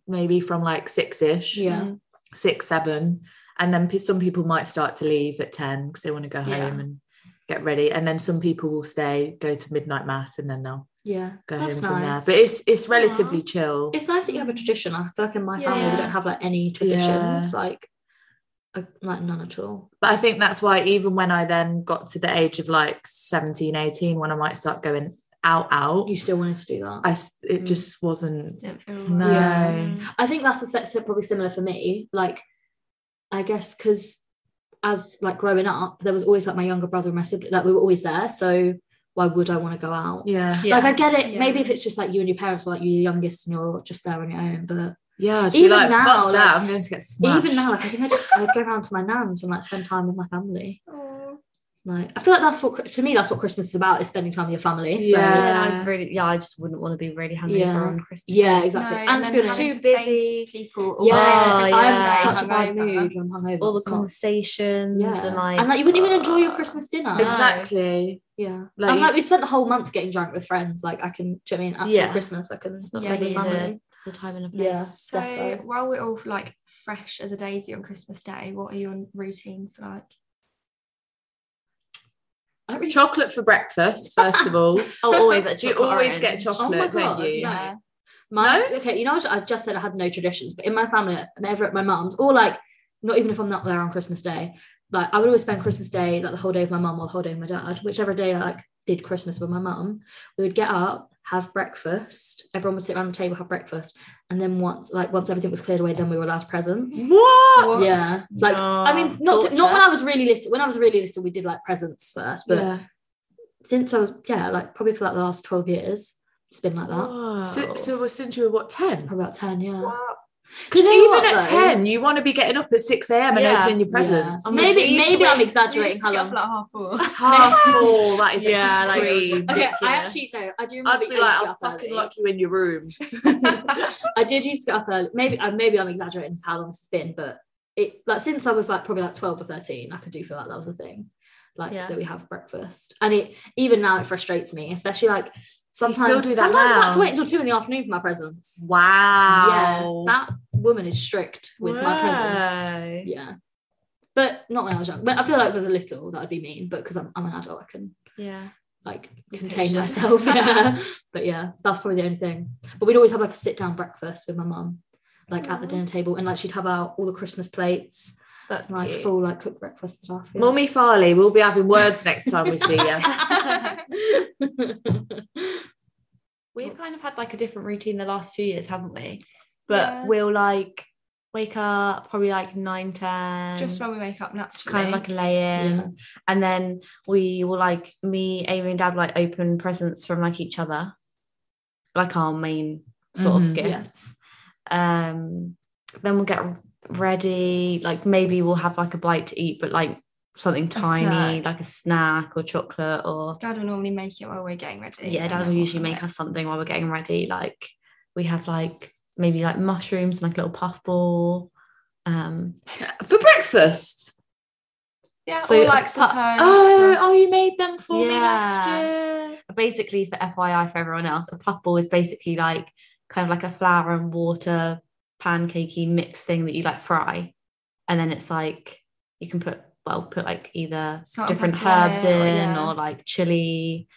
Speaker 1: maybe from like six ish,
Speaker 2: yeah.
Speaker 3: Mhm.
Speaker 1: six seven, and then pe- some people might start to leave at ten because they want to go
Speaker 3: Yeah.
Speaker 1: home and get ready, and then some people will stay, go to midnight mass, and then they'll
Speaker 2: Yeah,
Speaker 1: go
Speaker 2: that's
Speaker 1: home from
Speaker 2: nice.
Speaker 1: there. But it's it's relatively chill.
Speaker 2: it's nice that you have a tradition. I feel like in my family we
Speaker 3: Yeah.
Speaker 2: don't have like any traditions, like uh, like none at all.
Speaker 1: but I think that's why even when I then got to the age of like 17, 18, when I might start going out out,
Speaker 2: You still wanted to do that.
Speaker 1: I s- it
Speaker 3: Mm.
Speaker 1: just wasn't
Speaker 4: Don't feel
Speaker 1: No.
Speaker 4: right.
Speaker 2: I think that's the set so probably similar for me. Like, I guess because as like growing up, there was always like my younger brother and my sibling, like we were always there. So why would I want to go out?
Speaker 1: yeah.
Speaker 3: Yeah.
Speaker 2: Like I uh, get it.
Speaker 4: Yeah.
Speaker 2: Maybe if it's just like you and your parents, or like you're the youngest and you're just there on your own. But
Speaker 1: Yeah, I'd be
Speaker 2: Even
Speaker 1: like,
Speaker 2: now,
Speaker 1: fuck
Speaker 2: like-
Speaker 1: that, I'm going to get smashed.
Speaker 2: even now, like I think I just I'd go around to my nan's and like spend time with my family.
Speaker 4: Oh.
Speaker 2: Like I feel like that's what for me that's what Christmas is about is spending time with your family. So,
Speaker 1: Yeah.
Speaker 3: Yeah, and I really, yeah, I just wouldn't want to be really hungover
Speaker 2: Yeah.
Speaker 3: on Christmas.
Speaker 2: Yeah,
Speaker 3: Eve.
Speaker 2: exactly.
Speaker 4: Mm. No,
Speaker 2: and to be
Speaker 4: then
Speaker 2: honest,
Speaker 4: having
Speaker 3: Too
Speaker 4: to face
Speaker 3: busy.
Speaker 4: People. all
Speaker 2: yeah,
Speaker 4: day every
Speaker 3: Oh,
Speaker 2: I'm
Speaker 3: yeah.
Speaker 4: Sunday,
Speaker 2: such a bad
Speaker 4: hungover.
Speaker 2: mood when I'm hungover.
Speaker 3: all the
Speaker 2: It's not-
Speaker 3: conversations
Speaker 2: yeah.
Speaker 3: and like,
Speaker 2: like you wouldn't even enjoy your
Speaker 3: uh,
Speaker 2: Christmas dinner.
Speaker 3: No.
Speaker 1: Exactly.
Speaker 2: Yeah.
Speaker 1: Like,
Speaker 2: and
Speaker 1: you-
Speaker 2: like we spent the whole month getting drunk with friends. Like I can do you know what I mean after
Speaker 3: Yeah.
Speaker 2: Christmas I can
Speaker 3: It's not
Speaker 4: Yeah,
Speaker 3: really
Speaker 2: yeah.
Speaker 3: the, it's the time and a place.
Speaker 2: Yeah.
Speaker 4: So
Speaker 2: Defo.
Speaker 4: while we're all like fresh as a daisy on Christmas Day, what are your routines like?
Speaker 2: I don't really-
Speaker 1: chocolate for breakfast, first of all.
Speaker 3: Oh, always at
Speaker 1: Do you
Speaker 3: chocolate
Speaker 1: always
Speaker 3: orange.
Speaker 1: get
Speaker 2: Oh
Speaker 1: chocolate,
Speaker 2: my god.
Speaker 1: don't you?
Speaker 2: No. My okay, you know what? I just said I had no traditions, but in my family, if I'm ever at my mum's, or like not even if I'm not there on Christmas Day, like I would always spend Christmas Day like the whole day with my mum or the whole day with my dad, whichever day I like did Christmas with my mum, we would get up, have breakfast, everyone would sit around the table, have breakfast, and then once like once everything was cleared away, then we were allowed presents.
Speaker 1: What?
Speaker 4: What?
Speaker 2: Yeah, like I mean, not
Speaker 3: Torture.
Speaker 2: not when I was really little. When I was really little, we did like presents first, but
Speaker 1: Yeah.
Speaker 2: since I was yeah, like probably for like the last twelve years, it's been like that. Oh.
Speaker 1: So, so we're since you were what, 10?
Speaker 2: Probably about ten, yeah.
Speaker 1: Because
Speaker 2: Do
Speaker 1: even
Speaker 2: you know what,
Speaker 1: at
Speaker 2: though?
Speaker 1: 10, you want to be getting up at 6 a.m. and
Speaker 3: Yeah.
Speaker 1: opening your
Speaker 2: Yeah.
Speaker 1: presents.
Speaker 3: I'm
Speaker 2: Maybe
Speaker 3: just- you used
Speaker 2: maybe
Speaker 3: to
Speaker 2: I'm
Speaker 3: wait-
Speaker 4: You
Speaker 2: exaggerating
Speaker 4: used to
Speaker 2: how
Speaker 4: get up
Speaker 2: long.
Speaker 4: at half four.
Speaker 1: Half full. That is
Speaker 3: Yeah, like-
Speaker 1: extreme.
Speaker 2: Okay, I
Speaker 3: ridiculous.
Speaker 2: actually no, I do remember.
Speaker 1: I'd be
Speaker 2: I used
Speaker 1: like,
Speaker 2: to
Speaker 1: I'll
Speaker 2: get up
Speaker 1: fucking
Speaker 2: early.
Speaker 1: lock you in your room.
Speaker 2: I did used to get up early. Maybe uh, maybe I'm exaggerating how long it's been, but it like since I was like probably like 12 or 13, I could do feel like that was a thing. Like
Speaker 3: Yeah.
Speaker 2: that we have breakfast. And it even now it frustrates me, especially like
Speaker 1: So you
Speaker 2: sometimes,
Speaker 1: still do that
Speaker 2: sometimes I have to
Speaker 1: now?
Speaker 2: wait until two in the afternoon for my presents.
Speaker 1: Wow.
Speaker 2: Yeah. That woman is strict with my presents.
Speaker 3: presents.
Speaker 2: Yeah. But not when I was young. But I feel like if I was a little, that would be mean. But because I'm, I'm an adult, I can
Speaker 3: Yeah.
Speaker 2: like
Speaker 3: Be
Speaker 2: contain
Speaker 3: patient.
Speaker 2: myself. Yeah. but yeah, that's probably the only thing. But we'd always have like a sit down breakfast with my mum, like at the
Speaker 3: Aw.
Speaker 1: Mm-hmm.
Speaker 2: dinner table, and like she'd have out all the Christmas plates,
Speaker 3: That's
Speaker 2: and, like
Speaker 3: cute.
Speaker 2: full like cooked breakfast and stuff. yeah.
Speaker 1: Mummy Farley, we'll be having words next time we see you.
Speaker 3: We've kind of had like a different routine the last few years, haven't we? But
Speaker 4: Yeah.
Speaker 3: we'll like wake up probably like 9, 10.
Speaker 4: Just when we wake up, that's
Speaker 3: Just Um, kind of like a lay in. And then we will like me, Amy and Dad like open presents from like each other. Like our main sort
Speaker 1: Mhm.
Speaker 4: Mm-hmm,
Speaker 3: of
Speaker 2: Yeah.
Speaker 3: gifts. Um then we'll get ready. Like maybe we'll have like a bite to eat, but like something tiny,
Speaker 4: snack.
Speaker 3: like a snack or chocolate or
Speaker 4: Dad will normally make it while we're getting ready.
Speaker 3: yeah, Dad
Speaker 4: and then
Speaker 3: will
Speaker 4: we'll
Speaker 3: usually
Speaker 4: have
Speaker 3: make
Speaker 4: it.
Speaker 3: us something while we're getting ready. Like we have like maybe like mushrooms and like a little puffball. Um,
Speaker 1: For breakfast.
Speaker 4: Yeah,
Speaker 3: So,
Speaker 4: or like um, some
Speaker 3: pu-
Speaker 4: toast.
Speaker 1: Oh, oh, you made them for me
Speaker 3: Yeah.
Speaker 1: last year.
Speaker 3: basically, for FYI for everyone else, a puffball is basically like kind of like a flour and water pancakey mix thing that you like fry, and then it's like you can put well put like either
Speaker 4: Salt and
Speaker 3: different
Speaker 4: pepper in
Speaker 3: herbs
Speaker 4: it,
Speaker 3: in
Speaker 4: or-
Speaker 3: or,
Speaker 4: yeah.
Speaker 3: like chili.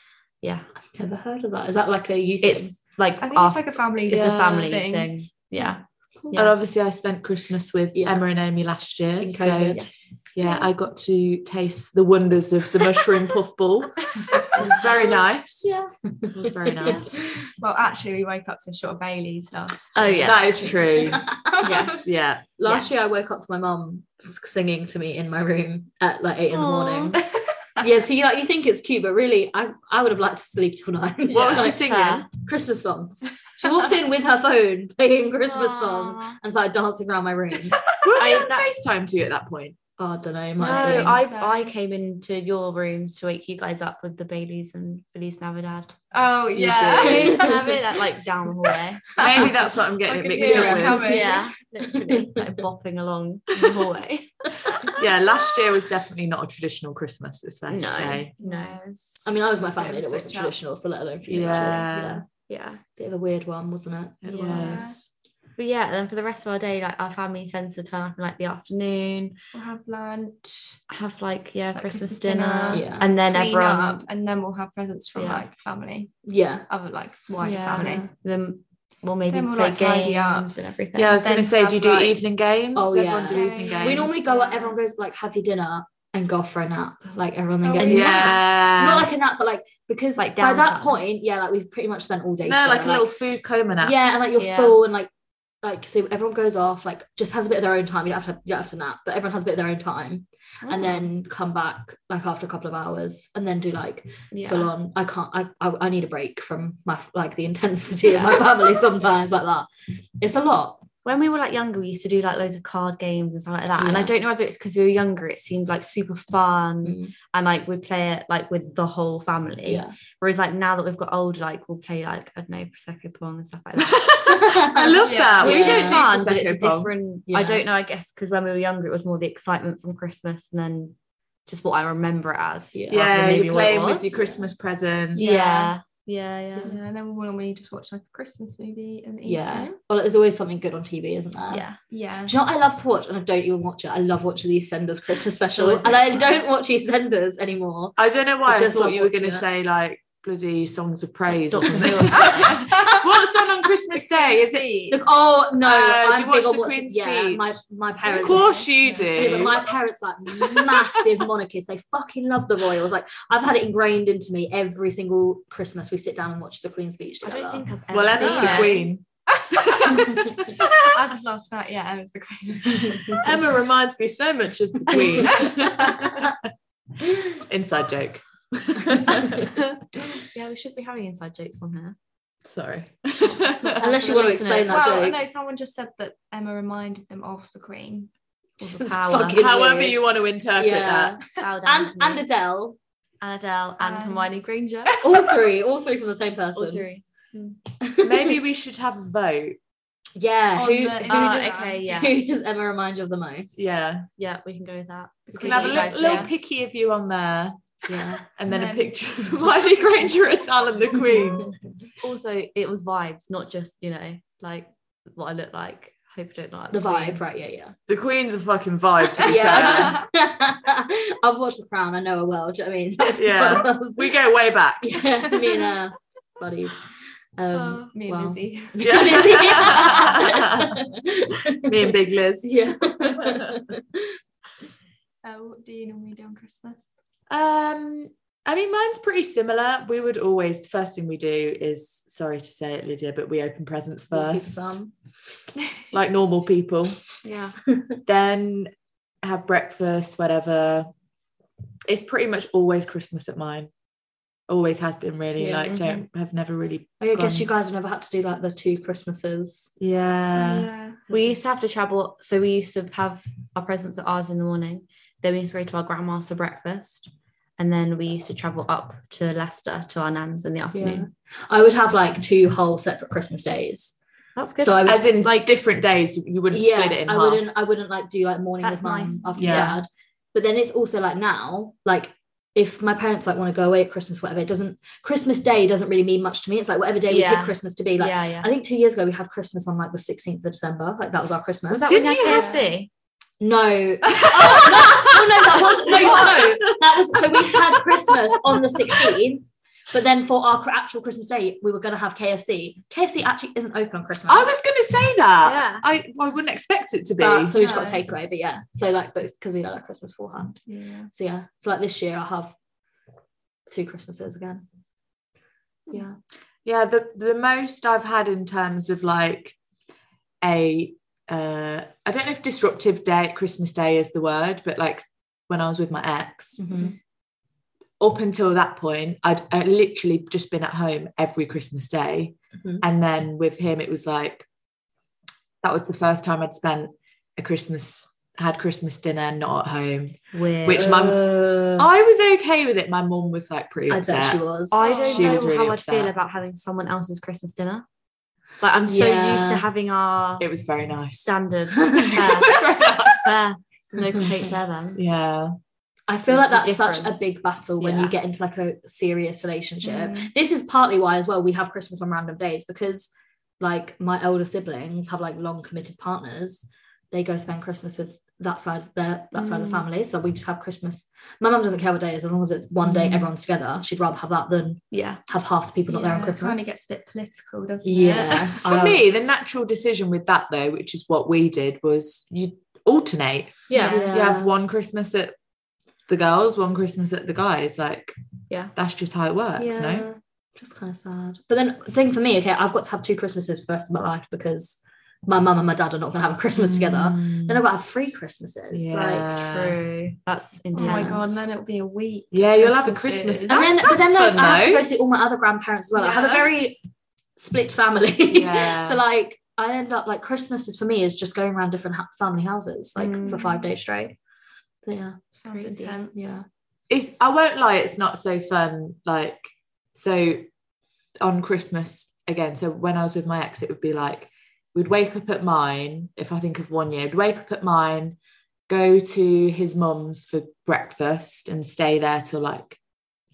Speaker 3: Yeah,
Speaker 2: I've never heard of that. Is that like a youth?
Speaker 3: it's like
Speaker 4: I think
Speaker 3: our-
Speaker 4: it's like a family.
Speaker 3: it's
Speaker 1: yeah,
Speaker 3: a family
Speaker 4: thing.
Speaker 3: thing. Yeah,
Speaker 2: thing?
Speaker 1: And obviously, I spent Christmas with
Speaker 2: Yeah.
Speaker 1: Emma and Amy last year.
Speaker 2: In
Speaker 1: so
Speaker 2: COVID.
Speaker 3: yes.
Speaker 1: yeah, I got to taste the wonders of the mushroom puffball. It was very nice.
Speaker 2: Yeah.
Speaker 1: it was very nice.
Speaker 4: Well, actually, we woke up to short of Bailey's last.
Speaker 3: Oh yeah,
Speaker 1: That is true.
Speaker 3: yes.
Speaker 1: Yeah,
Speaker 2: Last year, I woke up to my mum s- singing to me in my room at like eight in the
Speaker 3: Aw.
Speaker 2: morning. yeah, so you like you think it's cute, but really, I I would have liked to sleep till nine.
Speaker 1: What was
Speaker 2: Like,
Speaker 1: she singing?
Speaker 3: fair.
Speaker 2: Christmas songs. She walked in with her phone playing Christmas songs and started dancing around my room.
Speaker 1: Were I
Speaker 3: I-
Speaker 1: on FaceTime to you at that point.
Speaker 2: Oh, I don't know.
Speaker 3: No,
Speaker 2: Might have been.
Speaker 3: I
Speaker 4: so.
Speaker 3: I came into your room to wake you guys up with the Baileys and Feliz Navidad.
Speaker 4: Oh yeah.
Speaker 1: did.
Speaker 3: Feliz Navidad, like down the hallway.
Speaker 1: Maybe that's what I'm
Speaker 4: I
Speaker 1: getting it
Speaker 4: could
Speaker 1: mixed
Speaker 4: hear
Speaker 1: up
Speaker 4: it
Speaker 1: with.
Speaker 4: coming.
Speaker 3: yeah, literally like bopping along in the hallway.
Speaker 1: Yeah, last year was definitely not a traditional Christmas, it's fair
Speaker 3: No.
Speaker 1: to say.
Speaker 3: No,
Speaker 2: I mean, I was my family.
Speaker 4: Yeah,
Speaker 2: It wasn't
Speaker 4: switch up.
Speaker 2: traditional, so let alone for you. which was-
Speaker 1: Yeah,
Speaker 3: yeah,
Speaker 2: bit of a weird one, wasn't it?
Speaker 1: it
Speaker 3: Yeah.
Speaker 1: was.
Speaker 3: but yeah. And then for the rest of our day, like our family tends to turn up in like the afternoon,
Speaker 4: we'll have lunch,
Speaker 3: have like yeah
Speaker 4: Like
Speaker 3: Christmas,
Speaker 4: Christmas
Speaker 3: dinner,
Speaker 4: dinner,
Speaker 2: Yeah.
Speaker 3: and then
Speaker 4: clean
Speaker 3: everyone
Speaker 4: up, and then we'll have presents from
Speaker 3: Yeah.
Speaker 4: like family,
Speaker 2: Yeah.
Speaker 4: other like wider
Speaker 3: Yeah.
Speaker 4: family.
Speaker 3: then we'll maybe
Speaker 4: Then we'll,
Speaker 3: play
Speaker 4: like, tidy up.
Speaker 3: games and everything.
Speaker 1: Yeah, I was going to
Speaker 4: Then
Speaker 1: say, do you
Speaker 4: have,
Speaker 1: do
Speaker 4: like-
Speaker 1: evening games?
Speaker 2: Oh,
Speaker 1: Does everyone
Speaker 2: yeah.
Speaker 1: do evening
Speaker 4: Yeah.
Speaker 1: games?
Speaker 2: We normally go,
Speaker 4: Yeah.
Speaker 2: everyone goes like, have your dinner and go for a nap. Like, everyone then
Speaker 4: Oh,
Speaker 2: gets
Speaker 4: yeah.
Speaker 2: down. Not
Speaker 1: Yeah.
Speaker 2: like a nap, but like, because
Speaker 3: Like
Speaker 2: by that
Speaker 3: downtime.
Speaker 2: point, yeah, like we've pretty much spent all day.
Speaker 1: No,
Speaker 2: together,
Speaker 1: like a little food coma nap.
Speaker 2: Yeah, and like you're
Speaker 3: Yeah.
Speaker 2: full and like, like, so everyone goes off, like, just has a bit of their own time. You don't have to, you don't have to nap, but everyone has a bit of their own time.
Speaker 3: Oh.
Speaker 4: Oh,
Speaker 2: And then come back, like, after a couple of hours and then do like
Speaker 3: yeah.
Speaker 2: full on. I can't. I, I I need a break from my like the intensity of my family sometimes like that. It's a lot.
Speaker 3: when we were like younger, we used to do like loads of card games and stuff like that. And I
Speaker 2: Yeah.
Speaker 3: don't know whether it's because we were younger, it seemed like super fun,
Speaker 1: Mm-hmm.
Speaker 2: Mm.
Speaker 3: and like we'd play it like with the whole family.
Speaker 2: Yeah.
Speaker 3: Whereas like now that we've got older, like we'll play like I don't know prosecco pong and stuff like that.
Speaker 1: I love
Speaker 4: Yeah.
Speaker 1: that.
Speaker 3: Which
Speaker 1: Oh, We
Speaker 2: Yeah.
Speaker 1: should
Speaker 3: is
Speaker 1: do
Speaker 3: fun, but it's a
Speaker 1: Prosecco Bowl.
Speaker 3: different.
Speaker 2: Yeah.
Speaker 3: I don't know. I guess because when we were younger, it was more the excitement from Christmas and then just what I remember it as.
Speaker 2: Yeah.
Speaker 3: rather than
Speaker 1: Yeah,
Speaker 3: maybe
Speaker 1: you're
Speaker 3: what it
Speaker 1: playing with
Speaker 3: was.
Speaker 1: your Christmas present.
Speaker 3: Yeah. Yeah. Yeah. Yeah.
Speaker 4: Yeah, and then we'll normally just watch like a Christmas movie in the
Speaker 2: Yeah.
Speaker 4: evening.
Speaker 2: Well, there's always something good on TV, isn't there?
Speaker 3: Yeah.
Speaker 4: Yeah.
Speaker 2: Do you know what I love to watch, and I don't even watch it. I love watching the EastEnders Christmas special,
Speaker 3: Sure.
Speaker 2: and I don't watch EastEnders anymore.
Speaker 1: I don't know why
Speaker 2: I
Speaker 1: I,
Speaker 2: just
Speaker 1: thought
Speaker 2: love
Speaker 1: you were going to
Speaker 2: watching
Speaker 1: say
Speaker 2: it.
Speaker 1: like bloody songs of praise or
Speaker 3: Doctor
Speaker 1: something.
Speaker 3: Who or something.
Speaker 1: What's on on Christmas Day? Is it?
Speaker 4: it?
Speaker 2: Look, oh no,
Speaker 1: Uh, do
Speaker 2: I'm
Speaker 1: you
Speaker 2: big
Speaker 1: watch
Speaker 2: on
Speaker 1: the
Speaker 2: watching.
Speaker 1: Queen's
Speaker 2: Yeah, my
Speaker 1: Speech?
Speaker 2: my
Speaker 1: Of
Speaker 2: parents.
Speaker 1: course you do.
Speaker 2: Yeah, but my parents like massive monarchists. They fucking love the royals. Like I've had it ingrained into me every single Christmas. We sit down and watch the Queen's speech
Speaker 3: I
Speaker 2: together.
Speaker 3: don't think I've ever
Speaker 1: well,
Speaker 3: seen
Speaker 1: Emma's the
Speaker 3: it.
Speaker 1: queen.
Speaker 4: As of last night, yeah, Emma's the queen.
Speaker 1: Emma reminds me so much of the queen. Inside joke.
Speaker 3: Yeah, we should be having inside jokes on here.
Speaker 1: Sorry.
Speaker 2: Unless you want to explain that
Speaker 4: well,
Speaker 2: joke.
Speaker 4: no, someone just said that Emma reminded them of the queen.
Speaker 3: Or
Speaker 2: Just
Speaker 3: the power.
Speaker 2: fucking-
Speaker 1: However you want to
Speaker 2: "Oh,
Speaker 1: interpret
Speaker 2: yeah.
Speaker 3: Bow down
Speaker 2: And
Speaker 3: to me.
Speaker 2: and Adele.
Speaker 3: Annadelle and
Speaker 4: Um,
Speaker 3: Hermione Granger.
Speaker 2: All three, all three from the same person.
Speaker 3: All three.
Speaker 1: that. Maybe we should have a vote.
Speaker 2: Yeah.
Speaker 4: On
Speaker 2: Who,
Speaker 4: the
Speaker 2: who
Speaker 3: Ah,
Speaker 4: Instagram.
Speaker 3: okay,
Speaker 2: does-
Speaker 3: yeah.
Speaker 2: who does Emma remind you of the most?
Speaker 1: Yeah.
Speaker 3: Yeah, we can go with that.
Speaker 1: We
Speaker 4: Because
Speaker 1: can have a
Speaker 4: you
Speaker 1: little,
Speaker 4: guys
Speaker 1: little
Speaker 4: did.
Speaker 1: picky of you on there
Speaker 2: Yeah.
Speaker 1: and then a
Speaker 4: Then-
Speaker 1: picture of Hermione Granger and Alan the Queen.
Speaker 3: Also, it was vibes, not just, you know, like what I look like. Hope I don't like
Speaker 2: The vibe,
Speaker 3: queen.
Speaker 2: right? Yeah, yeah.
Speaker 1: The Queen's a fucking vibe, to be fair.
Speaker 2: Yeah. I've watched The Crown. I know her well. Do you know what I mean? That's-
Speaker 1: Yeah. We go way back.
Speaker 2: yeah, me and her buddies. Um,
Speaker 3: Oh,
Speaker 4: Me and
Speaker 2: Wow.
Speaker 4: Lizzie.
Speaker 1: Yeah. Me and Big Liz.
Speaker 2: yeah.
Speaker 4: Uh, what do you normally do on Christmas?
Speaker 1: Um, I mean, mine's pretty similar. We would always, the first thing we do is, sorry to say it, Lydia, but we open presents first, like normal people.
Speaker 3: yeah.
Speaker 1: then have breakfast, whatever. It's pretty much always Christmas at mine. Always has been really
Speaker 2: Yeah.
Speaker 1: like don't have never really
Speaker 2: I, mean, I guess
Speaker 1: Gone.
Speaker 2: you guys have never had to do like the two Christmases.
Speaker 1: yeah
Speaker 4: yeah.
Speaker 2: Uh,
Speaker 3: We used to have to travel. So we used to have our presents at ours in the morning. Then we used to go to our grandma's for breakfast. And then we used to travel up to Leicester to our nan's in the afternoon.
Speaker 2: I would have like two whole separate Christmas days.
Speaker 3: That's good.
Speaker 2: So I would
Speaker 1: as in like different days you wouldn't
Speaker 2: yeah,
Speaker 1: split it in
Speaker 2: I
Speaker 1: half
Speaker 2: wouldn't I wouldn't like do like morning
Speaker 3: That's
Speaker 2: with mum
Speaker 3: nice.
Speaker 2: after
Speaker 1: Yeah.
Speaker 2: dad. But then it's also like now, like if my parents like want to go away at Christmas, whatever, it doesn't Christmas Day doesn't really mean much to me. It's like whatever day we
Speaker 3: Yeah.
Speaker 2: pick Christmas to be. Like
Speaker 3: yeah, yeah.
Speaker 2: I think two years ago we had Christmas on like the 16th of December. Like that was our Christmas.
Speaker 3: Was that
Speaker 1: Didn't
Speaker 3: when you
Speaker 1: you
Speaker 3: had
Speaker 4: have-
Speaker 3: KFC?
Speaker 2: No. Oh, no. Oh, no, that was no, no, that was so we had Christmas on the 16th, but then for our cr- actual Christmas day, we were gonna have KFC. KFC actually isn't open on Christmas.
Speaker 1: I was going to say that.
Speaker 3: Yeah.
Speaker 1: I, I wouldn't expect it to be.
Speaker 2: but, so we just got a
Speaker 4: No.
Speaker 2: takeaway, but yeah. So like, but because we don't like Christmas beforehand.
Speaker 4: Yeah.
Speaker 2: So yeah. So like this year, I'll have two Christmases again. Yeah.
Speaker 1: yeah, the the most I've had in terms of like a uh I don't know if disruptive day Christmas Day is the word, but like when I was with my ex, up until that point, I'd, i literally just been at home every Christmas day.
Speaker 2: Mhm.
Speaker 1: And then with him, it was like that was the first time I'd spent a Christmas had Christmas dinner not at home.
Speaker 3: Weird.
Speaker 1: Which my-
Speaker 2: Uh,
Speaker 1: I was okay with it. My mum was like pretty
Speaker 2: I
Speaker 1: upset.
Speaker 2: bet she was.
Speaker 3: I don't
Speaker 1: She
Speaker 3: know
Speaker 1: was really
Speaker 3: how I'd feel
Speaker 1: upset.
Speaker 3: about having someone else's Christmas dinner. Like I'm so used
Speaker 2: Yeah.
Speaker 3: to having our
Speaker 1: It was very nice.
Speaker 3: standard
Speaker 1: It
Speaker 3: fair.
Speaker 1: was very nice.
Speaker 3: fair. No complaints there then.
Speaker 1: Yeah.
Speaker 2: I feel like that's
Speaker 3: Completely
Speaker 2: such a
Speaker 3: different.
Speaker 2: big battle when
Speaker 3: Yeah.
Speaker 2: you get into like a serious relationship.
Speaker 4: Um,
Speaker 2: This is partly why as well we have Christmas on random days because like my older siblings have like long committed partners. They go spend Christmas with that side of their that side of the
Speaker 1: Mm.
Speaker 2: family. So we just have Christmas. My mum doesn't care what day it is, as long as it's one day
Speaker 1: Mm.
Speaker 2: everyone's together. She'd rather have that than
Speaker 3: Yeah.
Speaker 2: have half the people not there on Christmas.
Speaker 4: kind of gets a bit political, doesn't
Speaker 2: yeah.
Speaker 1: For
Speaker 2: I-
Speaker 1: me, the natural decision with that though, which is what we did, was you alternate.
Speaker 3: Yeah.
Speaker 1: You have one Christmas at the girls, one Christmas at the guys. Like,
Speaker 3: Yeah.
Speaker 1: that's just how it works. No,
Speaker 2: Yeah, just kind of sad. But then, thing for me, okay, I've got to have two Christmases for the rest of my life because my mum and my dad are not going to have a Christmas together.
Speaker 1: Mm.
Speaker 2: Then I've got to have three Christmases. Like,
Speaker 1: Yeah.
Speaker 3: True. That's
Speaker 4: Oh
Speaker 3: intense.
Speaker 4: my god, and then it'll be a week.
Speaker 1: yeah, you'll have a
Speaker 4: Christmas
Speaker 1: Christmas.
Speaker 4: is-
Speaker 2: and then, but then like,
Speaker 1: fun,
Speaker 2: I have to
Speaker 1: though.
Speaker 2: go see all my other grandparents as well. I have a
Speaker 4: Yeah.
Speaker 2: very split family.
Speaker 1: Yeah.
Speaker 2: so like, I end up like Christmas is for me is just going around different ha- family houses like for
Speaker 3: Mm.
Speaker 2: five days straight. So yeah,
Speaker 4: Sounds
Speaker 3: Crazy.
Speaker 4: intense.
Speaker 2: yeah.
Speaker 1: it's I won't lie, it's not so fun. Like so on Christmas again, so when I was with my ex, it would be like we'd wake up at mine, if I think of one year, we'd wake up at mine, go to his mum's for breakfast and stay there till like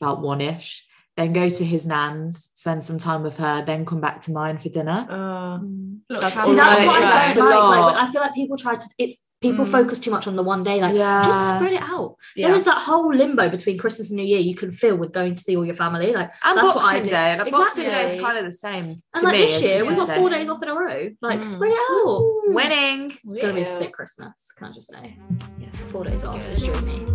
Speaker 1: about one-ish, then go to his nan's, spend some time with her, then come back to mine for dinner.
Speaker 2: Um,
Speaker 3: Oh.
Speaker 4: Look,
Speaker 3: That's
Speaker 2: Mm. See,
Speaker 1: Or,
Speaker 2: that's
Speaker 1: like,
Speaker 2: what I
Speaker 1: it's a
Speaker 2: don't like. like.
Speaker 1: lot.
Speaker 2: I feel like people try to. It's people
Speaker 4: Mm.
Speaker 2: focus too much on the one day. Like,
Speaker 1: yeah.
Speaker 2: just spread it out. There is that whole limbo between Christmas and New Year you can feel with going to see all your family. Like,
Speaker 1: and
Speaker 2: that's what
Speaker 1: Boxing
Speaker 2: I did.
Speaker 1: Day. And Boxing Day
Speaker 2: Exactly.
Speaker 1: is kind of the same.
Speaker 2: and
Speaker 1: to
Speaker 2: like
Speaker 1: me
Speaker 2: this
Speaker 1: as
Speaker 2: year, we
Speaker 1: Christmas
Speaker 2: got
Speaker 1: Day.
Speaker 2: four days off in a row. Like,
Speaker 3: Mm.
Speaker 2: spread it out.
Speaker 1: winning.
Speaker 2: It's gonna be a sick Christmas, can I just say? Yes, four days off is dreamy.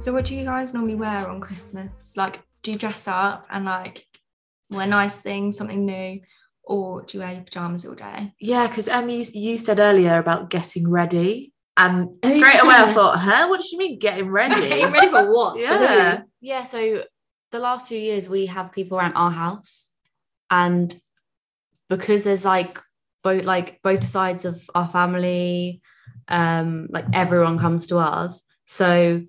Speaker 4: So, what do you guys normally wear on Christmas? Like, do you dress up and like wear nice things, something new, or do you wear your pajamas all day?
Speaker 1: Yeah, because Em, you, you said earlier about getting ready, and
Speaker 2: Oh,
Speaker 1: straight away
Speaker 2: yeah.
Speaker 1: I thought, huh? What do you mean getting ready?
Speaker 2: Getting ready for what? For
Speaker 1: yeah,
Speaker 2: who?
Speaker 3: Yeah, so the last few years we have people around our house and because there's like both like both sides of our family, um, like everyone comes to ours. So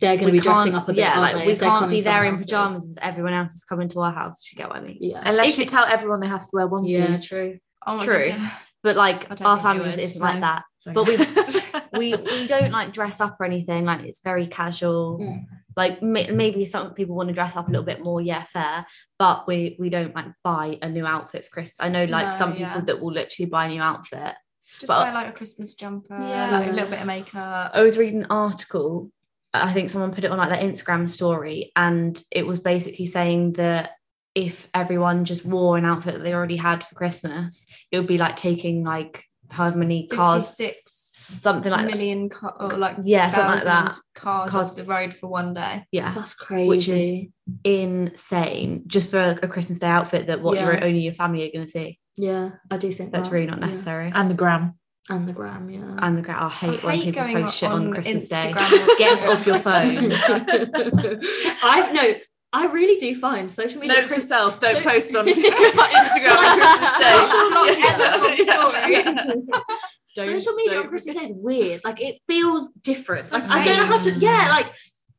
Speaker 2: They're gonna
Speaker 3: we
Speaker 2: be dressing
Speaker 3: can't-
Speaker 2: up a bit.
Speaker 3: Yeah,
Speaker 2: aren't
Speaker 3: like
Speaker 2: they,
Speaker 3: we
Speaker 2: if they're
Speaker 3: can't
Speaker 2: coming
Speaker 3: be there in
Speaker 2: somewhere else's?
Speaker 3: pajamas if everyone else is coming to our house, if you get what I mean.
Speaker 2: Yeah.
Speaker 1: unless
Speaker 3: If
Speaker 1: you
Speaker 3: it-
Speaker 1: tell everyone they have to wear onesies.
Speaker 2: Yeah, true.
Speaker 4: Oh my
Speaker 3: True.
Speaker 4: God, yeah.
Speaker 3: But
Speaker 4: I
Speaker 3: like
Speaker 4: don't
Speaker 3: our
Speaker 4: think we
Speaker 3: families
Speaker 4: would,
Speaker 3: isn't
Speaker 4: no.
Speaker 3: like that. But We we don't like dress up or anything, like it's very casual.
Speaker 2: Mm.
Speaker 3: Like may- maybe some people want to dress up a little bit more, yeah, fair. But we we don't like buy a new outfit for Christmas. I know like
Speaker 4: No,
Speaker 3: some people
Speaker 4: yeah.
Speaker 3: that will literally buy a new outfit.
Speaker 4: just
Speaker 3: but-
Speaker 4: wear like a Christmas jumper,
Speaker 2: Yeah.
Speaker 4: like a little bit of makeup.
Speaker 3: I was reading an article. I think someone put it on like their Instagram story, and it was basically saying that if everyone just wore an outfit that they already had for Christmas, it would be like taking like however many cars,
Speaker 4: Fifty-six
Speaker 3: something like that.
Speaker 4: million ca- or like
Speaker 3: Yeah, something like that.
Speaker 4: thousand Cars,
Speaker 3: Cars.
Speaker 4: off the road for one day.
Speaker 3: Yeah,
Speaker 2: That's crazy.
Speaker 3: insane. Just for a Christmas Day outfit that what
Speaker 2: Yeah.
Speaker 3: your only your family are going to see.
Speaker 2: yeah, I do think
Speaker 3: That's
Speaker 2: that,
Speaker 3: really not
Speaker 2: yeah.
Speaker 3: necessary.
Speaker 1: and the gram.
Speaker 2: And the gram, yeah.
Speaker 3: And the gra- I hate,
Speaker 4: I
Speaker 3: when
Speaker 4: hate
Speaker 3: people
Speaker 4: going
Speaker 3: post shit on,
Speaker 4: on
Speaker 3: Christmas
Speaker 4: Instagram
Speaker 3: Day.
Speaker 4: or
Speaker 3: Get off your phone.
Speaker 4: Christmas.
Speaker 2: I no, I really do find social media.
Speaker 1: Note to self: don't
Speaker 2: don't-
Speaker 1: post on Instagram on Christmas Day.
Speaker 2: Social not ever on story.
Speaker 3: Don't-
Speaker 2: social media
Speaker 1: don't-
Speaker 2: on Christmas Day is weird. Like it feels different.
Speaker 4: So
Speaker 2: Like I don't know how to.
Speaker 1: vague.
Speaker 2: Yeah, like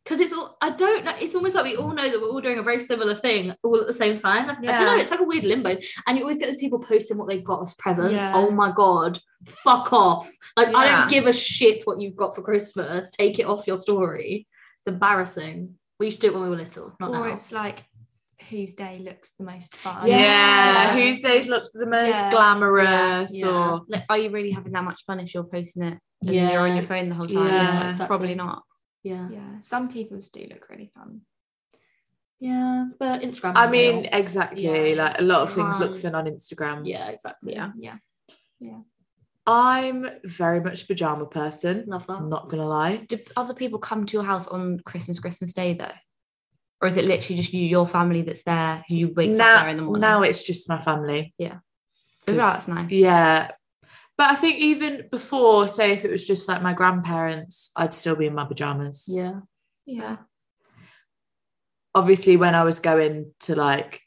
Speaker 2: because it's all. I don't know. It's almost like we all know that we're all doing a very similar thing all at the same time. Like, I don't
Speaker 1: Yeah.
Speaker 2: know. It's like a weird limbo, and you always get these people posting what they've got as presents.
Speaker 4: Yeah.
Speaker 2: Oh my god. Fuck off. Like, I
Speaker 3: Yeah.
Speaker 2: don't give a shit what you've got for Christmas. Take it off your story. It's embarrassing. We used to do it when we were little, not
Speaker 4: or
Speaker 2: now.
Speaker 4: it's like whose day looks the most fun.
Speaker 1: Yeah.
Speaker 2: Yeah.
Speaker 1: Whose days look the most
Speaker 4: Yeah.
Speaker 1: glamorous
Speaker 3: Yeah.
Speaker 1: or
Speaker 3: Like, are you really having that much fun if you're posting it and
Speaker 1: Yeah.
Speaker 3: you're on your phone the whole time?
Speaker 1: Yeah,
Speaker 3: Like,
Speaker 2: exactly.
Speaker 3: Probably not.
Speaker 2: yeah,
Speaker 4: Yeah. Some people's do look really fun.
Speaker 2: yeah. But Instagram.
Speaker 1: I mean, exactly.
Speaker 4: Yeah,
Speaker 1: like a lot of things look
Speaker 2: Instagram.
Speaker 1: fun on Instagram.
Speaker 2: yeah, exactly.
Speaker 3: Yeah.
Speaker 4: Yeah.
Speaker 1: I'm very much a pajama person.
Speaker 2: love that.
Speaker 1: I'm not gonna lie.
Speaker 3: Do other people come to your house on Christmas, Christmas Day though? Or is it literally just you, your family that's there, who you wakes up
Speaker 1: Now,
Speaker 3: there in the morning?
Speaker 1: now it's just my family.
Speaker 3: Yeah.
Speaker 1: 'Cause-
Speaker 3: Oh, that's nice.
Speaker 1: Yeah. But I think even before, say if it was just like my grandparents, I'd still be in my pajamas.
Speaker 2: Yeah,
Speaker 3: Yeah.
Speaker 1: Obviously, when I was going to like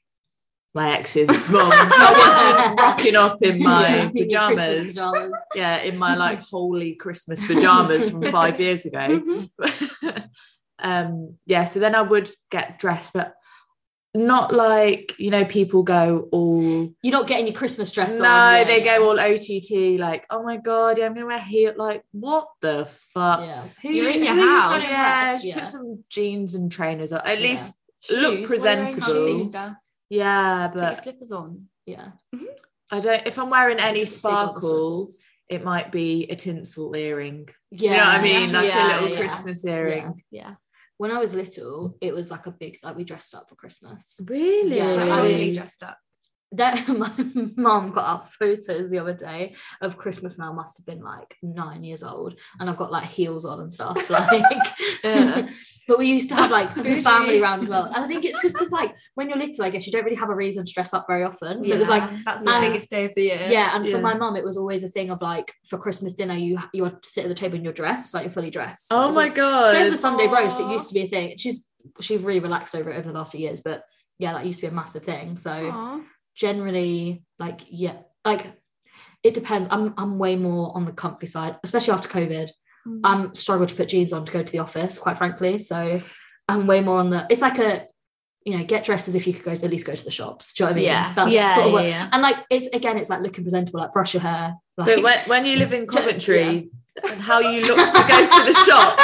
Speaker 1: my ex's mums, I wasn't rocking up in my
Speaker 2: Yeah. Your Christmas
Speaker 1: pajamas.
Speaker 2: pajamas.
Speaker 1: yeah, in my like holy Christmas pajamas from five years ago.
Speaker 3: Mm-hmm.
Speaker 1: um, yeah, so then I would get dressed, but not like you know people go all.
Speaker 2: You're not getting your Christmas dress
Speaker 1: no,
Speaker 2: on. yeah,
Speaker 1: they
Speaker 2: yeah.
Speaker 1: go all OTT. Like, oh my god, yeah, I'm gonna wear heel. Like, what the fuck?
Speaker 2: Yeah,
Speaker 3: You're
Speaker 1: Just
Speaker 3: in your
Speaker 1: really
Speaker 3: house.
Speaker 1: trying to
Speaker 2: Yeah,
Speaker 1: impress.
Speaker 2: yeah.
Speaker 1: put some jeans and trainers on. At
Speaker 2: Yeah.
Speaker 1: least, look
Speaker 4: Shoes, wearing
Speaker 1: presentable.
Speaker 4: shoes, though.
Speaker 1: Yeah,
Speaker 3: Put your
Speaker 1: but
Speaker 3: slippers on.
Speaker 2: yeah.
Speaker 1: I don't. If I'm wearing any
Speaker 2: Just stick on the
Speaker 1: sparkles,
Speaker 2: circles.
Speaker 1: it might be a tinsel earring.
Speaker 2: Yeah,
Speaker 1: Do you know what I mean? Like
Speaker 3: Yeah,
Speaker 1: a little
Speaker 2: yeah.
Speaker 1: Christmas earring.
Speaker 3: Yeah.
Speaker 2: When I was little, it was like a big like we dressed up for Christmas.
Speaker 1: Really?
Speaker 2: Yeah,
Speaker 4: Like, I would
Speaker 2: Really?
Speaker 4: be dressed up.
Speaker 2: That my mum got up photos the other day of Christmas when I must have been like nine years old, and I've got like heels on and stuff. Like,
Speaker 3: Yeah.
Speaker 2: but we used to have like the
Speaker 4: Bougie.
Speaker 2: family round as well, and I think it's just because like when you're little, I guess you don't really have a reason to dress up very often. So it was like
Speaker 4: Yeah, that's the
Speaker 2: yeah.
Speaker 4: biggest day of the year.
Speaker 2: yeah and
Speaker 1: Yeah.
Speaker 2: for my mum it was always a thing of like for christmas dinner you you would sit at the table in your dress like you're fully dressed That
Speaker 1: Oh
Speaker 2: was
Speaker 1: my
Speaker 2: all-
Speaker 1: god.
Speaker 2: same for sunday roast it
Speaker 4: Aw.
Speaker 2: used to be a thing she's she's really relaxed over it over the last few years but yeah that used to be a massive thing so
Speaker 4: Aw.
Speaker 2: generally like yeah like it depends i'm i'm way more on the comfy side especially after covid
Speaker 1: Mm.
Speaker 2: i'm struggled to put jeans on to go to the office quite frankly so i'm way more on the it's like a you know get dressed as if you could go at least go to the shops do you know what i mean
Speaker 3: Yeah.
Speaker 2: that's
Speaker 5: yeah,
Speaker 2: sort of what
Speaker 5: yeah, yeah.
Speaker 2: and like it's again, it's like looking presentable, like brush your hair. Like,
Speaker 1: But when, when you live in Coventry, how you look to go to the shop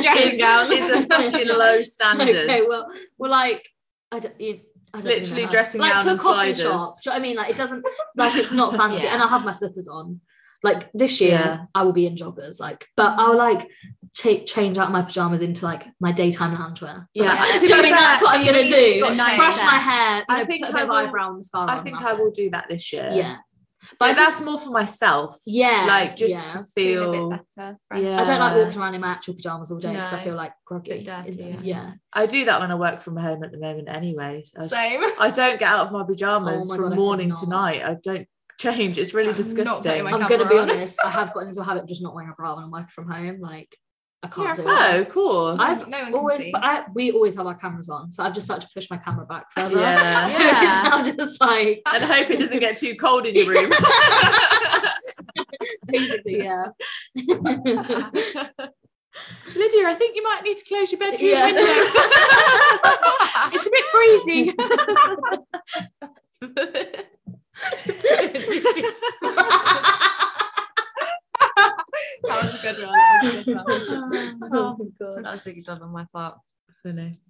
Speaker 2: Dressing
Speaker 1: is,
Speaker 2: gown.
Speaker 1: is a fucking low standard.
Speaker 2: Okay, well, well, like I don't, you, I don't even
Speaker 1: Literally
Speaker 2: know how-
Speaker 1: dressing
Speaker 2: like,
Speaker 1: gown
Speaker 2: to a
Speaker 1: and
Speaker 2: coffee
Speaker 1: sliders.
Speaker 2: shop. Do you know what I mean? Like it doesn't, like it's not fancy,
Speaker 3: Yeah.
Speaker 2: and I have my slippers on. Like this year,
Speaker 1: Yeah.
Speaker 2: I will be in joggers, like, but I'll like take change out my pajamas into like my daytime loungewear.
Speaker 1: Yeah.
Speaker 2: do you know what I mean?
Speaker 1: To be
Speaker 2: That's what
Speaker 1: fair,
Speaker 2: I'm gonna
Speaker 1: you've
Speaker 2: do.
Speaker 1: got
Speaker 2: Brush
Speaker 1: nice
Speaker 2: my
Speaker 3: hair.
Speaker 2: hair.
Speaker 1: I
Speaker 2: I
Speaker 1: think
Speaker 2: think
Speaker 1: I
Speaker 2: put a bit of
Speaker 1: will-
Speaker 2: eyebrow and mascara.
Speaker 1: I
Speaker 2: on,
Speaker 1: think
Speaker 2: that's
Speaker 1: I
Speaker 2: it.
Speaker 1: will do that this year.
Speaker 2: Yeah,
Speaker 1: But
Speaker 2: I think-
Speaker 1: that's more for myself.
Speaker 2: yeah,
Speaker 1: Like just
Speaker 2: yeah.
Speaker 1: to
Speaker 4: Feel a
Speaker 1: feel.
Speaker 4: bit better. fresh.
Speaker 1: Yeah.
Speaker 2: I don't like walking around in my actual pajamas all day because I
Speaker 4: No.
Speaker 2: feel like groggy.
Speaker 3: Bit dirty,
Speaker 2: in them.
Speaker 3: yeah.
Speaker 2: yeah.
Speaker 1: I do that when I work from home at the moment, anyway. So I just-
Speaker 4: Same.
Speaker 1: I don't get out of my pajamas
Speaker 2: Oh my
Speaker 1: from
Speaker 2: God, I
Speaker 1: morning to
Speaker 2: cannot.
Speaker 1: night. I don't change. It's really
Speaker 4: I'm not putting
Speaker 1: disgusting.
Speaker 4: my
Speaker 2: I'm gonna be
Speaker 4: camera on.
Speaker 2: honest. I have gotten into a habit of just not wearing a bra when I'm working from home. Like I can't do
Speaker 4: Yeah, of
Speaker 1: Oh,
Speaker 2: it.
Speaker 1: of course.
Speaker 4: I-
Speaker 2: I've
Speaker 4: No one can
Speaker 2: always,
Speaker 4: see.
Speaker 2: but I, we always have our cameras on, so I've just started to push my camera back further.
Speaker 1: Yeah.
Speaker 2: So
Speaker 3: Yeah.
Speaker 2: it's now just like
Speaker 1: and hope it doesn't get too cold in your room.
Speaker 2: basically, yeah.
Speaker 1: Lydia, I think you might need to close your bedroom
Speaker 2: Yeah.
Speaker 1: window. it's a bit breezy.
Speaker 4: That was a good one. That was a good one.
Speaker 2: oh my god.
Speaker 3: That's a good job on my part.
Speaker 1: Funny.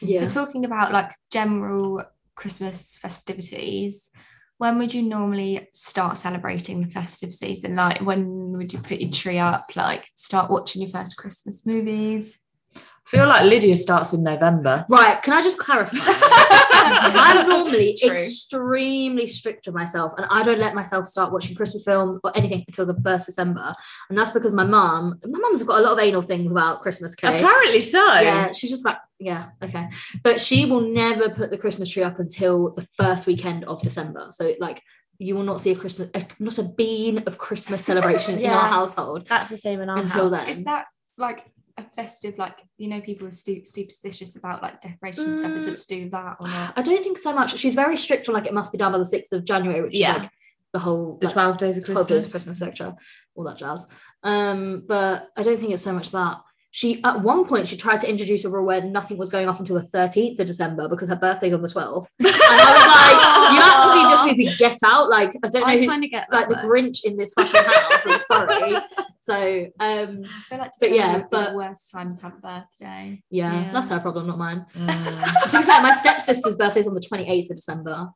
Speaker 2: Yeah.
Speaker 4: So talking about like general Christmas festivities, when would you normally start celebrating the festive season? Like when would you put your tree up? Like start watching your first Christmas movies?
Speaker 1: I feel like Lydia starts in November.
Speaker 2: Right, can I just clarify? I'm Um, normally extremely strict with myself, and I don't let myself start watching Christmas films or anything until the first December, and that's because my mum, my mum's got a lot of anal things about Christmas. Okay,
Speaker 1: Apparently so.
Speaker 2: yeah, she's just like, yeah, okay, but she will never put the Christmas tree up until the first weekend of December. So like, you will not see a Christmas, a, not a bean of Christmas celebration in our
Speaker 3: Yeah. Uh-huh.
Speaker 2: household
Speaker 3: That's the same in our
Speaker 2: until
Speaker 3: house.
Speaker 2: then.
Speaker 4: Is that like a festive like you know people are stu- superstitious about like decoration stuff? Is
Speaker 2: Mm.
Speaker 4: it to do with that or not?
Speaker 2: I don't think so much. She's very strict on like it must be done by the sixth of January, which
Speaker 3: Yeah.
Speaker 2: is like the whole
Speaker 1: The
Speaker 2: like,
Speaker 1: 12 days of
Speaker 2: 12
Speaker 1: Christmas.
Speaker 2: days of Christmas, etc. All that jazz. Um, but I don't think it's so much that. She at one point she tried to introduce a rule where nothing was going off until the 13th of December because her birthday's on the 12th. And I was like, you actually just need to get out. Like, I don't know
Speaker 3: I
Speaker 2: who
Speaker 3: kind of get that.
Speaker 2: like the
Speaker 3: though.
Speaker 2: Grinch in this fucking house. I'm sorry. So um,
Speaker 4: I feel
Speaker 2: But
Speaker 4: like December
Speaker 2: yeah,
Speaker 4: would be
Speaker 2: but-
Speaker 4: the worst time to have a birthday.
Speaker 2: yeah,
Speaker 3: Yeah.
Speaker 2: that's her problem, not mine.
Speaker 1: Mm.
Speaker 2: to be fair, my stepsister's birthday is on the 28th of December.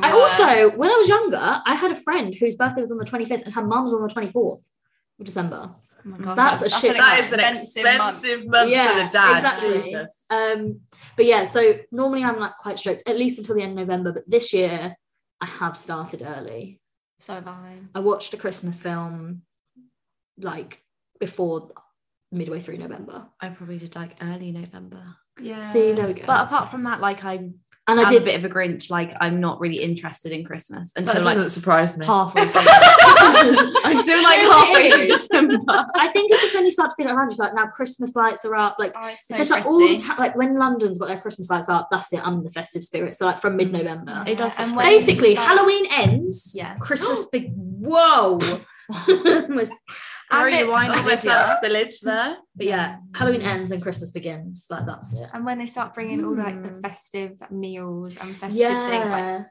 Speaker 2: I also,
Speaker 4: Oh
Speaker 2: when I was younger, I had a friend whose birthday was on the 25th and her mum's on the 24th of December.
Speaker 4: Oh my gosh,
Speaker 2: that's a shit-
Speaker 4: an
Speaker 1: That
Speaker 2: That
Speaker 1: is an
Speaker 4: expensive month.
Speaker 1: expensive month for
Speaker 2: Yeah,
Speaker 1: the dad.
Speaker 2: exactly.
Speaker 1: Jesus.
Speaker 2: Um, but yeah, so normally I'm like quite strict, at least until the end of November. But this year, I have started early.
Speaker 4: So have I.
Speaker 2: I watched a Christmas film like before midway through November.
Speaker 3: I probably did like early November.
Speaker 4: Yeah.
Speaker 2: See, there we go.
Speaker 3: But apart from that, like I'm,
Speaker 2: and I
Speaker 3: I am a
Speaker 2: did.
Speaker 3: bit of a Grinch. Like I'm not really interested in Christmas
Speaker 1: That
Speaker 3: until
Speaker 1: doesn't
Speaker 3: like
Speaker 1: surprise me.
Speaker 3: halfway. through.
Speaker 2: I
Speaker 3: until like halfway through December.
Speaker 2: think it's just when you start to feel it around you. It's like now Christmas lights are up. Like
Speaker 4: Oh, it's so
Speaker 2: especially like, all
Speaker 4: pretty.
Speaker 2: the time, like when London's got their Christmas lights up, that's it. I'm in the festive spirit. So like from mid-November,
Speaker 3: It does look
Speaker 4: Yeah,
Speaker 3: pretty.
Speaker 4: and when-
Speaker 2: basically Halloween ends.
Speaker 4: Yeah.
Speaker 2: Christmas big. Whoa. Almost
Speaker 4: And it-
Speaker 1: Almost that spillage there.
Speaker 2: But yeah,
Speaker 1: Mm.
Speaker 2: Halloween ends and Christmas begins. Like that's it.
Speaker 4: And when they start bringing all the, like
Speaker 2: Hmm.
Speaker 4: the festive meals and festive thing, like,
Speaker 2: Yeah.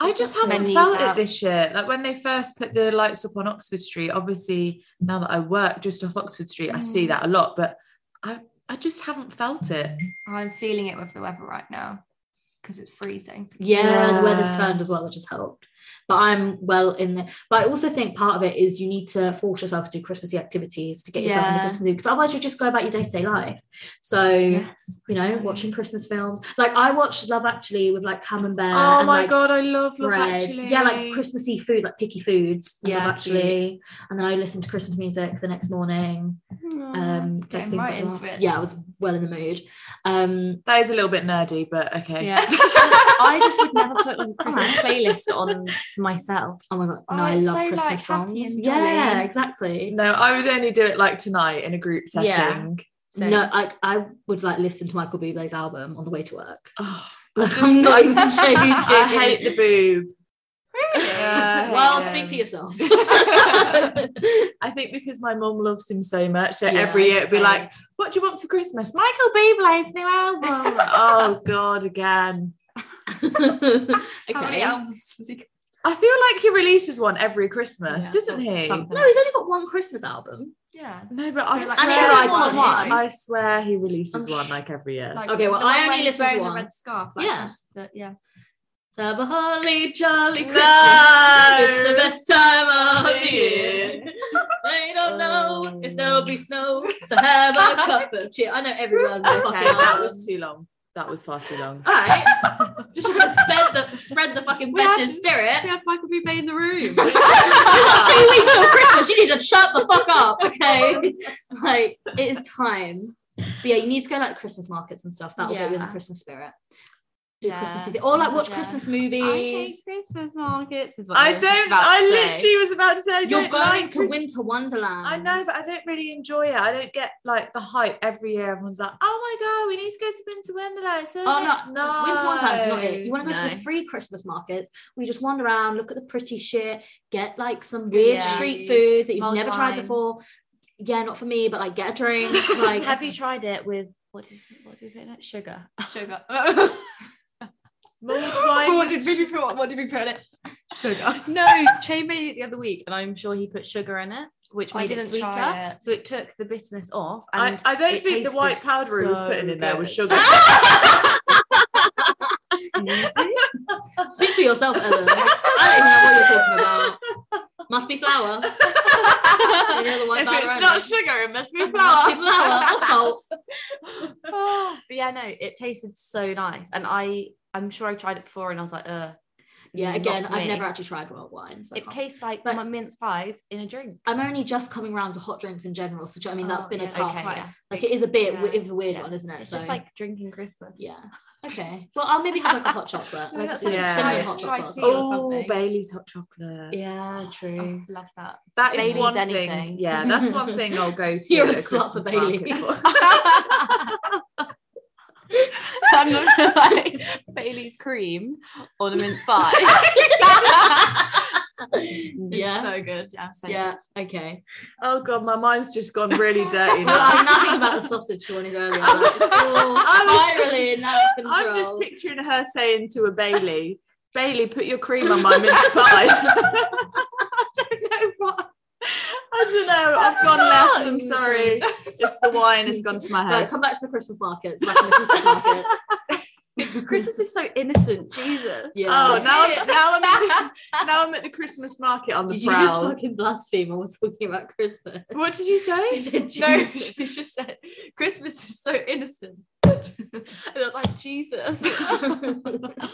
Speaker 1: I just haven't
Speaker 4: Menus
Speaker 1: felt
Speaker 4: out.
Speaker 1: it this year. Like when they first put the lights up on Oxford Street, obviously now that I work just off Oxford Street, I see
Speaker 4: Mm.
Speaker 1: that a lot, but I I just haven't felt it.
Speaker 4: I'm feeling it with the weather right now because it's freezing.
Speaker 2: yeah, the weather's
Speaker 1: Yeah.
Speaker 2: turned as well, which has helped. But I'm well in there. But I also think part of it is you need to force yourself to do Christmassy activities to get yourself into
Speaker 4: Yeah.
Speaker 2: Christmas mood because otherwise you just go about your day to day life. So you know, watching Christmas films. Like I watched Love Actually with like Camembert.
Speaker 1: oh
Speaker 2: and,
Speaker 1: my
Speaker 2: like,
Speaker 1: god, I love Love
Speaker 2: bread.
Speaker 1: Actually.
Speaker 2: Yeah, like Christmassy food, like picky foods. Yeah,
Speaker 3: Yeah,
Speaker 2: actually. And then I listened to Christmas music the next morning. Um, like,
Speaker 4: Oh, Getting
Speaker 2: things
Speaker 4: right
Speaker 2: like
Speaker 4: into
Speaker 2: that.
Speaker 4: it.
Speaker 2: Yeah, I was well in the mood. Um,
Speaker 1: That is a little bit nerdy, but okay.
Speaker 4: Yeah.
Speaker 3: I just would never put like, a Christmas playlist on myself.
Speaker 2: oh my god,
Speaker 4: Oh,
Speaker 2: no, I
Speaker 4: it's
Speaker 2: love
Speaker 4: so, like,
Speaker 2: Christmas
Speaker 4: happy
Speaker 2: songs.
Speaker 4: and
Speaker 2: Yeah,
Speaker 4: jolly.
Speaker 2: exactly.
Speaker 1: No, I would only do it like tonight in a group setting.
Speaker 2: Yeah.
Speaker 3: So
Speaker 2: No, like I would like listen to Michael Bublé's album on the way to work.
Speaker 1: Oh,
Speaker 2: Like,
Speaker 1: just-
Speaker 2: I'm not even joking.
Speaker 1: I hate the boob. Yeah, I hate
Speaker 2: well,
Speaker 1: them.
Speaker 2: speak for yourself.
Speaker 1: I think because my mum loves him so much, so
Speaker 2: Yeah,
Speaker 1: every year it'd be
Speaker 2: okay.
Speaker 1: like, "What do you want for Christmas?" Michael Bublé's new album. oh God, again.
Speaker 4: How many
Speaker 2: okay.
Speaker 4: albums has he got?
Speaker 1: I feel like he releases one every Christmas,
Speaker 3: Yeah,
Speaker 1: doesn't
Speaker 3: some-
Speaker 1: he?
Speaker 3: something.
Speaker 2: No, he's only got one Christmas album.
Speaker 4: Yeah.
Speaker 1: No, but I
Speaker 4: They're like-
Speaker 1: swear,
Speaker 2: And it's
Speaker 1: one-
Speaker 2: iconic.
Speaker 1: I swear he releases
Speaker 2: I'm
Speaker 1: one
Speaker 2: sh-
Speaker 1: like every year. Oh,
Speaker 4: Like,
Speaker 2: Okay, well,
Speaker 4: the one
Speaker 2: I
Speaker 4: where
Speaker 2: only
Speaker 4: he's
Speaker 2: listened to
Speaker 4: wearing
Speaker 2: one.
Speaker 4: The red scarf. Like,
Speaker 2: Yeah.
Speaker 4: just the- yeah.
Speaker 2: Have a holly jolly Christmas.
Speaker 1: No.
Speaker 2: It's the best time of the
Speaker 1: Yeah.
Speaker 2: year. I don't know if there'll be snow, so have a cup of cheer. I know everyone.
Speaker 1: okay, that was too long. That was far too long.
Speaker 2: all right. Just trying to spread the spread the fucking
Speaker 3: We had-
Speaker 2: festive spirit.
Speaker 3: have Michael Bublé in the room.
Speaker 2: We've got two weeks till Christmas. You need to shut the fuck up, okay? Like it is time. But yeah, you need to go like Christmas markets and stuff. That'll get you in the
Speaker 3: Yeah.
Speaker 2: Christmas spirit. Do
Speaker 4: Yeah.
Speaker 2: Christmas or like watch
Speaker 4: Yeah.
Speaker 2: Christmas
Speaker 3: I hate
Speaker 2: movies.
Speaker 3: Christmas markets as well.
Speaker 1: I don't. I literally was about to say I
Speaker 2: You're
Speaker 1: don't
Speaker 2: going
Speaker 1: like
Speaker 2: to
Speaker 1: Christmas
Speaker 2: Winter Wonderland.
Speaker 1: I know, but I don't really enjoy it. I don't get like the hype every year. Everyone's like, "Oh my god, we need to go to Winter Wonderland." So
Speaker 2: Oh no, no. Winter Wonderland's not it. You want to go to
Speaker 3: No.
Speaker 2: the free Christmas markets where you just wander around, look at the pretty shit, get like some weird
Speaker 3: Yeah.
Speaker 2: street food that you've
Speaker 3: Mulled
Speaker 2: never tried
Speaker 3: wine.
Speaker 2: before. Yeah, not for me, but like get a drink. Like
Speaker 3: Have you tried it with what did what did we put in it? Sugar.
Speaker 4: Sugar.
Speaker 1: mulled wine.
Speaker 3: What
Speaker 1: with
Speaker 3: did we
Speaker 1: sh-
Speaker 3: put? What did we put in it? Sugar. no, Che made it the other week, and I'm sure he put sugar in it, which
Speaker 4: I
Speaker 3: made it
Speaker 4: didn't
Speaker 3: sweeter.
Speaker 4: try it.
Speaker 3: So it took the bitterness off.
Speaker 1: I,
Speaker 3: And
Speaker 1: I don't
Speaker 3: it
Speaker 1: think the
Speaker 3: tasted
Speaker 1: white powder he was putting in there was
Speaker 3: so
Speaker 1: sugar.
Speaker 2: Speak for yourself, Ellen. I don't even know what you're talking about. Must be flour. You know the white
Speaker 3: if
Speaker 2: powder,
Speaker 3: it's
Speaker 2: aren't
Speaker 3: not
Speaker 2: it?
Speaker 3: sugar, it must be
Speaker 2: Must be
Speaker 3: flour.
Speaker 2: flour or salt.
Speaker 3: but yeah, no, it tasted so nice, and I I'm sure I tried it before, and I was like, uh,
Speaker 2: Yeah,
Speaker 3: not
Speaker 2: again,
Speaker 3: for
Speaker 2: I've
Speaker 3: me.
Speaker 2: never actually tried wild wine. So I
Speaker 3: It
Speaker 2: can't-
Speaker 3: tastes like
Speaker 2: But-
Speaker 3: my mince pies in a drink.
Speaker 2: I'm only just coming round to hot drinks in general. So do you know what I mean, that's
Speaker 4: Oh,
Speaker 2: been
Speaker 4: yeah.
Speaker 2: a tough,
Speaker 3: Okay, yeah.
Speaker 2: like it is a bit,
Speaker 4: Yeah.
Speaker 2: it's a weird
Speaker 3: Yeah.
Speaker 2: one, isn't it?
Speaker 3: It's
Speaker 2: so,
Speaker 3: just like drinking Christmas.
Speaker 2: yeah. Okay. Well, I'll maybe have like a hot chocolate.
Speaker 4: No,
Speaker 2: Like,
Speaker 4: that's
Speaker 2: send me-
Speaker 1: like
Speaker 2: send me a
Speaker 1: try-
Speaker 2: hot
Speaker 4: try
Speaker 2: chocolate.
Speaker 4: tea.
Speaker 1: oh,
Speaker 4: something.
Speaker 1: Bailey's hot chocolate.
Speaker 2: Yeah, true.
Speaker 4: Oh, love that.
Speaker 1: That is
Speaker 3: Bailey's
Speaker 1: one
Speaker 3: anything.
Speaker 1: thing. Yeah, that's one thing I'll go to.
Speaker 2: You're a
Speaker 1: at
Speaker 2: slut for
Speaker 1: Christmas market
Speaker 2: Bailey's.
Speaker 1: for.
Speaker 3: I'm not like Bailey's cream or the mince pie.
Speaker 2: yeah.
Speaker 4: So good. Yeah. So
Speaker 2: yeah. Okay.
Speaker 1: Oh god, my mind's just gone really dirty
Speaker 2: Well,
Speaker 1: now.
Speaker 2: I now think about the sausage she wanted earlier. Like, oh,
Speaker 1: I was-
Speaker 2: spiraling out of control.
Speaker 1: I'm just picturing her saying to a Bailey, "Bailey, put your cream on my mince pie." I don't know why. I I don't know. I've gone left. I'm sorry. It's the wine has gone to my
Speaker 2: Right,
Speaker 1: head.
Speaker 2: come back to the Christmas markets. Back to the Christmas markets.
Speaker 5: Christmas is so innocent, Jesus.
Speaker 2: Yeah.
Speaker 1: Oh, now I'm, now, I'm, now I'm at the Christmas market on the
Speaker 2: Did you just
Speaker 1: prowl.
Speaker 2: fucking blaspheme when we're talking about Christmas?
Speaker 1: What did you
Speaker 2: You
Speaker 1: say?
Speaker 2: said
Speaker 5: No,
Speaker 2: Jesus.
Speaker 5: she just said Christmas is so innocent. and I was like, Jesus.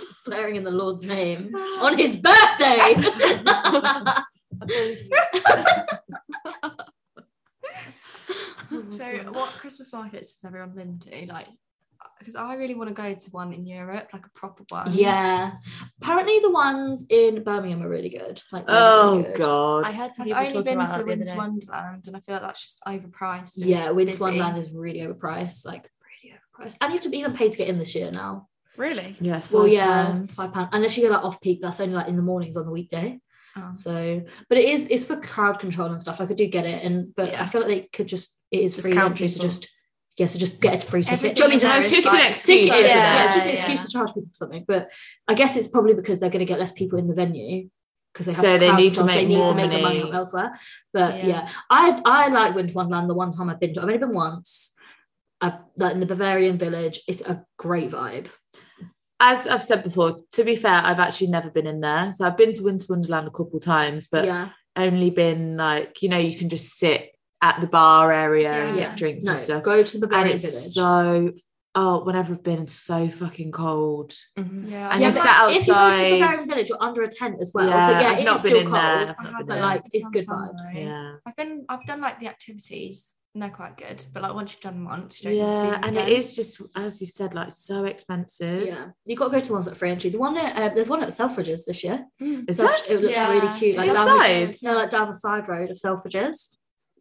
Speaker 2: Swearing in the Lord's name on his birthday.
Speaker 4: So, what Christmas markets has everyone been to? Like, because I really want to go to one in Europe, like a proper one.
Speaker 2: yeah. Apparently, the ones in Birmingham are really good. Like, they're
Speaker 1: Oh
Speaker 2: really good.
Speaker 5: I
Speaker 1: God.
Speaker 5: heard some
Speaker 4: I've
Speaker 5: people
Speaker 4: only
Speaker 5: talking
Speaker 4: been
Speaker 5: about
Speaker 4: to
Speaker 5: that the other
Speaker 4: Winter
Speaker 5: day.
Speaker 4: Wonderland, and I feel like that's just overpriced. and
Speaker 2: Yeah, Winter
Speaker 4: busy.
Speaker 2: Wonderland is really overpriced. Like, really overpriced. And you have to even pay to get in this year now.
Speaker 5: Really?
Speaker 1: Yes.
Speaker 2: Well,
Speaker 1: five
Speaker 2: yeah,
Speaker 1: pounds.
Speaker 2: five pound. Unless you go like off peak, that's only like in the mornings on the weekday.
Speaker 4: Oh.
Speaker 2: So, but it is it's for crowd control and stuff. Like I do get it, and but I feel like they could just it is
Speaker 3: Just
Speaker 2: free
Speaker 3: count
Speaker 2: entry to
Speaker 3: people.
Speaker 2: just yeah, so just get a free ticket.
Speaker 4: Everything
Speaker 2: Do you know what I mean?
Speaker 4: in there
Speaker 2: Just-
Speaker 4: is
Speaker 1: It's just an
Speaker 4: like-
Speaker 1: excuse,
Speaker 2: Yeah,
Speaker 1: isn't it?
Speaker 2: yeah, it's just an
Speaker 3: Yeah,
Speaker 2: excuse
Speaker 3: yeah.
Speaker 2: to charge people for something. But I guess it's probably because they're going to get less people in the venue because they have
Speaker 1: So
Speaker 2: to
Speaker 1: they
Speaker 2: crowd
Speaker 1: need to
Speaker 2: control, so
Speaker 1: make
Speaker 2: they need
Speaker 1: more
Speaker 2: to make the money
Speaker 1: money.
Speaker 2: up elsewhere. But
Speaker 3: Yeah.
Speaker 2: yeah, I I like Winter Wonderland. The one time I've been to, I've only been once. Uh, like in the Bavarian village, it's a great vibe.
Speaker 1: As I've said before, to be fair, I've actually never been in there. So I've been to Winter Wonderland a couple times, but
Speaker 2: yeah,
Speaker 1: only been like, you know, you can just sit at the bar area and
Speaker 4: Yeah.
Speaker 1: get drinks
Speaker 2: no,
Speaker 1: and stuff.
Speaker 2: go to the
Speaker 1: and
Speaker 2: Bavarian
Speaker 1: it's
Speaker 2: village.
Speaker 1: so oh whenever I've been it's so fucking cold
Speaker 5: Mm-hmm.
Speaker 4: Yeah,
Speaker 1: and
Speaker 4: I
Speaker 1: you
Speaker 2: yeah,
Speaker 4: have-
Speaker 1: sit
Speaker 2: but If you go to the
Speaker 1: outside
Speaker 2: Bavarian village, you're under a tent as well.
Speaker 1: yeah,
Speaker 2: so yeah,
Speaker 1: I've
Speaker 2: it's
Speaker 1: not been
Speaker 2: still
Speaker 1: in
Speaker 2: cold.
Speaker 1: there
Speaker 4: I
Speaker 1: I've
Speaker 4: have
Speaker 1: not
Speaker 4: been
Speaker 1: been
Speaker 2: But, like,
Speaker 4: It
Speaker 2: it's
Speaker 4: sounds
Speaker 2: good
Speaker 4: fun,
Speaker 2: vibes.
Speaker 4: though.
Speaker 1: in there.
Speaker 4: I've been, I've done like the activities, and they're quite good. But like once you've done them once,
Speaker 1: yeah
Speaker 4: you don't need to do
Speaker 1: yeah
Speaker 4: them
Speaker 1: and
Speaker 4: again.
Speaker 1: it is just as you said like so expensive
Speaker 2: Yeah, you got to go to the ones at free entry. The one at uh, there's one at Selfridges this year.
Speaker 1: is
Speaker 2: So
Speaker 1: that
Speaker 2: It looks
Speaker 4: Yeah.
Speaker 2: really cute, like
Speaker 1: Your
Speaker 2: down the,
Speaker 1: side?
Speaker 2: no, like down the side road of Selfridges,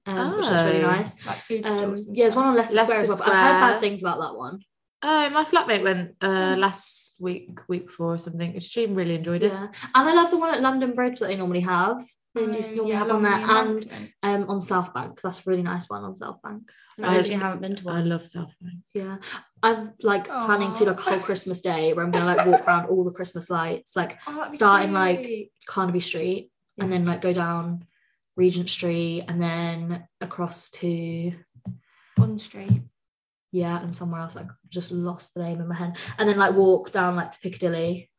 Speaker 2: um, which looks really
Speaker 1: Oh.
Speaker 2: nice.
Speaker 4: like food
Speaker 2: Um,
Speaker 4: stalls. and
Speaker 2: yeah, there's
Speaker 4: stuff.
Speaker 2: one on Leicester, Square as
Speaker 1: Leicester
Speaker 2: well. But I've heard
Speaker 1: Square.
Speaker 2: bad things about that one.
Speaker 1: oh my flatmate went uh last week week before or something she really enjoyed it
Speaker 2: Yeah, and I love the one at London Bridge that they normally have. They used to normally have on there,
Speaker 4: along the
Speaker 2: and
Speaker 4: embankment.
Speaker 2: um, on South Bank. That's a really nice one on South Bank.
Speaker 3: I
Speaker 1: I-
Speaker 3: actually haven't been to
Speaker 1: I
Speaker 3: one.
Speaker 1: love South Bank
Speaker 2: Yeah. I'm like planning to
Speaker 4: Aw.
Speaker 2: like a whole Christmas day where I'm gonna like walk around all the Christmas lights, like
Speaker 4: Oh, that'd be
Speaker 2: starting, like-
Speaker 4: cute.
Speaker 2: Carnaby Street, and then like go down Regent Street and then across to
Speaker 4: Bond Street.
Speaker 2: yeah, and somewhere else. Like just lost the name in my head. And then like walk down like to Piccadilly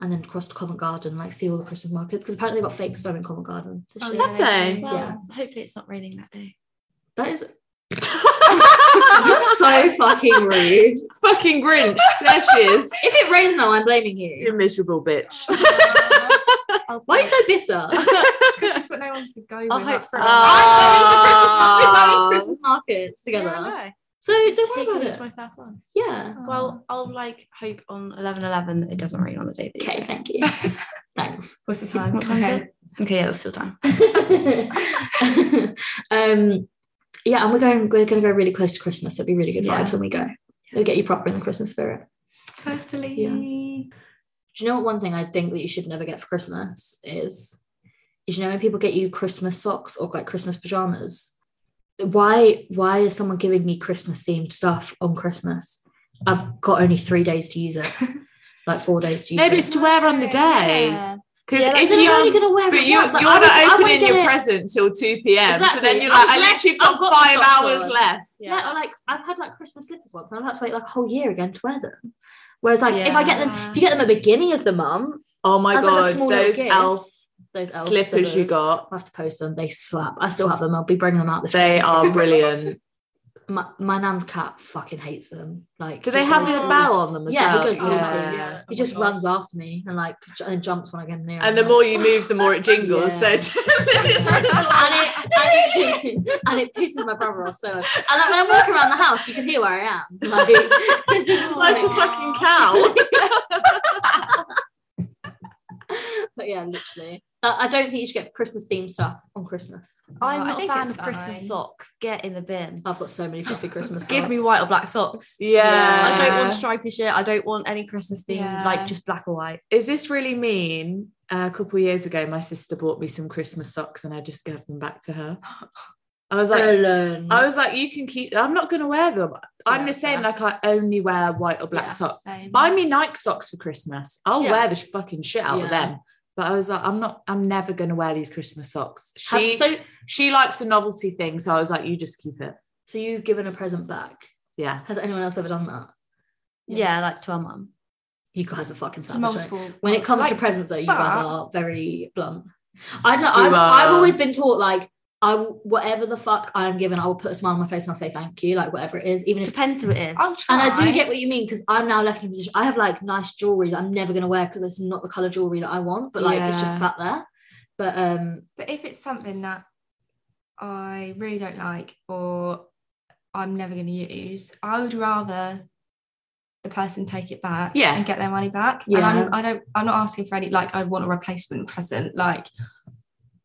Speaker 2: and then across to Covent Garden, like see all the Christmas markets. Because apparently they've got fake snow in Covent Garden this
Speaker 4: Oh,
Speaker 2: year.
Speaker 4: yeah,
Speaker 1: Have
Speaker 4: they
Speaker 1: they?
Speaker 4: do.
Speaker 3: Well,
Speaker 2: Yeah.
Speaker 3: hopefully it's not raining that day.
Speaker 2: That is you're so fucking rude.
Speaker 1: fucking Grinch there she is
Speaker 2: If it rains now, I'm blaming
Speaker 1: you
Speaker 2: you.
Speaker 1: miserable bitch
Speaker 2: Why are you so bitter?
Speaker 4: Because she's got no one to go with.
Speaker 5: hope
Speaker 4: that's
Speaker 5: so.
Speaker 2: uh,
Speaker 4: why.
Speaker 2: We're
Speaker 1: Oh.
Speaker 2: going to Christmas markets together. So don't worry
Speaker 3: Taking
Speaker 2: about
Speaker 3: it as
Speaker 2: it.
Speaker 3: my first one.
Speaker 2: Yeah.
Speaker 3: Well, I'll like hope on 11 11 that it doesn't rain on the day. that you
Speaker 2: Okay,
Speaker 3: go.
Speaker 2: thank you. Thanks.
Speaker 3: What's the time? What time is
Speaker 4: Okay.
Speaker 3: it? Okay, yeah, that's still time.
Speaker 2: um, yeah, and we're going. We're going to go really close to Christmas. It'll be really good
Speaker 3: Yeah.
Speaker 2: vibes when we go. It'll get you proper in the Christmas spirit.
Speaker 4: Firstly,
Speaker 2: Do you know what? One thing I think that you should never get for Christmas is, is you know when people get you Christmas socks or like Christmas pajamas. Why? Why is someone giving me Christmas themed stuff on Christmas? I've got only three days to use it, like four days to use
Speaker 1: no but
Speaker 2: it.
Speaker 1: it's to wear on the day
Speaker 4: Yeah.
Speaker 1: Because
Speaker 5: Yeah, like,
Speaker 1: if
Speaker 2: then
Speaker 1: you
Speaker 2: I'm only gonna wear
Speaker 1: but
Speaker 2: it
Speaker 1: you,
Speaker 2: once. Like,
Speaker 1: you're
Speaker 2: I
Speaker 1: not
Speaker 2: wouldn't- I
Speaker 1: opening
Speaker 2: wouldn't
Speaker 1: your
Speaker 2: get it-
Speaker 1: present till 2 p.m. So then
Speaker 2: Exactly.
Speaker 1: you're like,
Speaker 2: I
Speaker 1: I
Speaker 2: was like,
Speaker 1: literally
Speaker 2: I've
Speaker 1: got,
Speaker 2: got
Speaker 1: five
Speaker 2: my socks
Speaker 1: hours
Speaker 2: on.
Speaker 1: left.
Speaker 2: Yeah, or like I've had like Christmas slippers once, and I've had to wait like a whole year again to wear them. Whereas like if I get them, if you get them at the beginning of the month,
Speaker 1: Oh my
Speaker 2: That's like a
Speaker 1: god,
Speaker 2: small little
Speaker 1: those
Speaker 2: gift.
Speaker 1: elf
Speaker 2: those elf
Speaker 1: slippers you got,
Speaker 2: I have to post them. They slap. I still have them. I'll be bringing them out this.
Speaker 1: they
Speaker 2: Christmas.
Speaker 1: are brilliant.
Speaker 2: My, my nan's cat fucking hates them. Like,
Speaker 1: Do
Speaker 2: he
Speaker 1: they have
Speaker 2: goes-
Speaker 1: the bell on them as
Speaker 2: Yeah, he
Speaker 1: well?
Speaker 2: goes really fast,
Speaker 4: yeah.
Speaker 2: He
Speaker 4: Oh my
Speaker 2: just
Speaker 4: God.
Speaker 2: runs after me and like j- and jumps when I get near.
Speaker 1: And the
Speaker 2: him.
Speaker 1: more you move, the more it jingles. So
Speaker 2: Yeah.
Speaker 1: it's
Speaker 2: and,
Speaker 1: really like-
Speaker 2: it, and, it, and it pisses my brother off so much. And like, when I walk around the house, you can hear where I am. Like, it's just
Speaker 1: like a
Speaker 2: like-
Speaker 1: fucking cow.
Speaker 2: but yeah, literally. I I don't think you should get Christmas themed stuff on Christmas.
Speaker 4: Oh,
Speaker 5: I'm
Speaker 4: I
Speaker 5: not a
Speaker 4: think
Speaker 5: fan
Speaker 4: it's
Speaker 5: of Christmas
Speaker 4: fine.
Speaker 5: socks. Get in the bin.
Speaker 2: I've got so many fucking Christmas.
Speaker 5: Give
Speaker 2: socks.
Speaker 5: me white or black socks.
Speaker 1: Yeah.
Speaker 5: I don't want stripy shit. I don't want any Christmas theme
Speaker 4: Yeah.
Speaker 5: like just black or white.
Speaker 1: Is this really mean? Uh, a couple years ago, my sister bought me some Christmas socks and I just gave them back to her. I was like,
Speaker 2: Stolen.
Speaker 1: I was like, you can keep. I'm not going to wear them. I'm
Speaker 4: Yeah,
Speaker 1: the same.
Speaker 4: fair.
Speaker 1: Like I only wear white or black
Speaker 5: Yeah,
Speaker 1: socks.
Speaker 4: same.
Speaker 1: Buy me Nike socks for Christmas. I'll
Speaker 5: Yeah.
Speaker 1: wear the sh- fucking shit out
Speaker 2: Yeah.
Speaker 1: of them. But I was like, I'm not. I'm never going to wear these Christmas socks.
Speaker 2: Have-
Speaker 1: She.
Speaker 2: so
Speaker 1: she likes the novelty thing, so I was like, you just keep it.
Speaker 2: So you've given a present back.
Speaker 1: Yeah.
Speaker 2: Has anyone else ever done that?
Speaker 3: Yeah, like to our mum.
Speaker 2: You guys are fucking
Speaker 4: to
Speaker 2: savage. right?
Speaker 4: multiple.
Speaker 2: When it comes to
Speaker 4: Oh, Like,
Speaker 2: presents, though, you
Speaker 4: but-
Speaker 2: guys are very blunt. I don't. I've,
Speaker 1: You are.
Speaker 2: I've always been taught like I will- whatever the fuck I am given, I will put a smile on my face and I'll say thank you, like whatever it is, even if.
Speaker 5: Depends who it is.
Speaker 4: I'll try.
Speaker 2: And I do get what you mean because I'm now left in a position. I have like nice jewelry that I'm never gonna wear because it's not the color jewelry that I want, but like it's just
Speaker 1: Yeah.
Speaker 2: sat there. But um,
Speaker 4: But if it's something that I really don't like or I'm never going to use, I would rather the person take it back
Speaker 1: Yeah.
Speaker 4: and get their money back.
Speaker 2: Yeah.
Speaker 4: And I'm, I don't, I'm not asking for any, like, I want a replacement present. Like,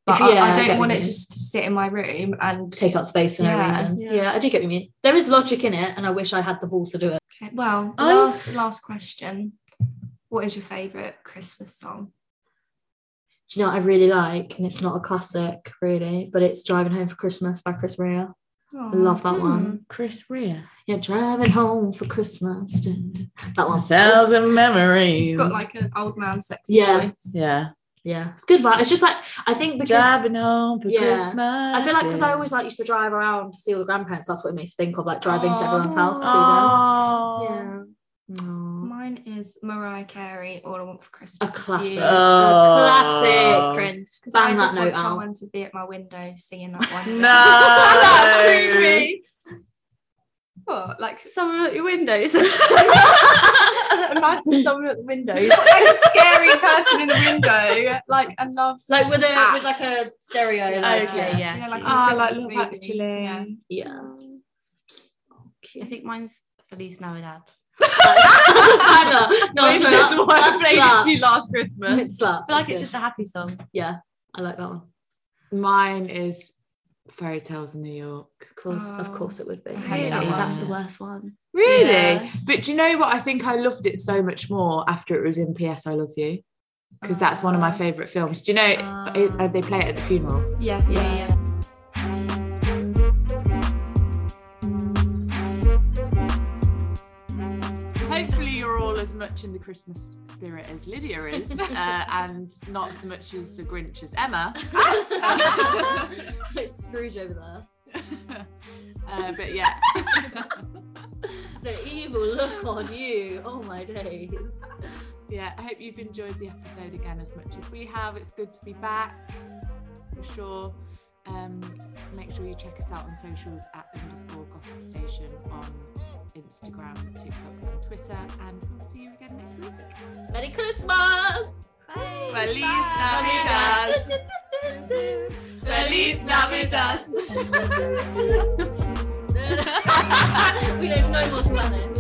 Speaker 4: but
Speaker 2: If-
Speaker 4: I-
Speaker 2: yeah,
Speaker 4: I,
Speaker 2: I get
Speaker 4: don't
Speaker 2: what
Speaker 4: want
Speaker 2: you
Speaker 4: it
Speaker 2: mean.
Speaker 4: just to sit in my room and,
Speaker 2: take up space for no
Speaker 4: Yeah.
Speaker 2: reason. Yeah.
Speaker 5: Yeah.
Speaker 2: I do get what you mean. There is logic in it, and I wish I had the balls to do it.
Speaker 4: okay, well,
Speaker 1: I-
Speaker 4: last, last question. What is your favourite Christmas song?
Speaker 2: Do you know what I really like? And it's not a classic, really, but it's Driving Home for Christmas by Chris Maria. I love that one.
Speaker 1: Chris Rhea.
Speaker 2: Yeah, driving home for Christmas. dun- That
Speaker 1: A
Speaker 2: one.
Speaker 1: thousand memories.
Speaker 4: It's got like an old man sexy
Speaker 2: Yeah.
Speaker 4: voice.
Speaker 1: yeah.
Speaker 2: Yeah, it's good vibe. It's just like I think because
Speaker 1: Driving home for
Speaker 2: Yeah.
Speaker 1: Christmas.
Speaker 2: I feel like because I always like used to drive around to see all the grandparents. That's what it makes me think of, like driving to everyone's house to see them.
Speaker 1: Oh.
Speaker 2: Yeah,
Speaker 4: Mine is Mariah Carey, All I Want for
Speaker 2: a
Speaker 4: Christmas. Is You.
Speaker 2: classic,
Speaker 1: Oh.
Speaker 2: a classic.
Speaker 4: cringe because
Speaker 2: Ban
Speaker 4: I just
Speaker 2: that
Speaker 4: want
Speaker 2: note out.
Speaker 4: someone to be at my window singing that one.
Speaker 1: No.
Speaker 4: That's creepy. What? Like
Speaker 5: Someone at your windows. Imagine someone at the windows.
Speaker 4: not like a scary person in the window. Like I love.
Speaker 2: Like with a
Speaker 4: Ah.
Speaker 2: with like a stereo. Like,
Speaker 5: Okay, yeah.
Speaker 4: You know, like
Speaker 5: cute.
Speaker 4: in a
Speaker 1: Ah, like
Speaker 4: Christmas
Speaker 1: Love
Speaker 4: movie.
Speaker 1: Actually.
Speaker 4: Yeah.
Speaker 2: yeah.
Speaker 3: I think mine's Feliz Navidad.
Speaker 2: I know. No,
Speaker 5: Which
Speaker 2: so
Speaker 5: is
Speaker 2: that,
Speaker 5: why I
Speaker 2: that
Speaker 5: played it
Speaker 2: slaps.
Speaker 5: to you last Christmas.
Speaker 2: It slaps.
Speaker 3: I feel like
Speaker 2: it's
Speaker 3: it's
Speaker 2: good.
Speaker 3: just a happy song.
Speaker 2: yeah. I like that one.
Speaker 1: Mine is Fairy Tales in New York.
Speaker 2: Of course, of
Speaker 4: Oh.
Speaker 2: course it would be.
Speaker 4: I
Speaker 3: Hey,
Speaker 4: hate that
Speaker 3: that-
Speaker 4: one.
Speaker 3: That's the worst one.
Speaker 1: Really?
Speaker 4: Yeah.
Speaker 1: But do you know what? I think I loved it so much more after it was in PS I Love You because that's one of my
Speaker 4: Ah.
Speaker 1: favourite films. Do you know
Speaker 3: Ah.
Speaker 1: it, uh, they play it at the funeral?
Speaker 4: Yeah, yeah, yeah.
Speaker 1: Hopefully, you're all as much in the Christmas spirit as Lydia is, uh, and not so much as the Grinch as Emma.
Speaker 2: it's Scrooge over there.
Speaker 1: Uh, but yeah.
Speaker 2: The evil look on you. Oh my days.
Speaker 1: Yeah, I hope you've enjoyed the episode again as much as we have. It's good to be back for sure. Um, make sure you check us out on socials at underscore gossip station on Instagram, TikTok, and Twitter. And we'll see you again next week.
Speaker 2: Merry Christmas.
Speaker 1: Feliz Navidad! Feliz Navidad!
Speaker 2: we know no more Spanish.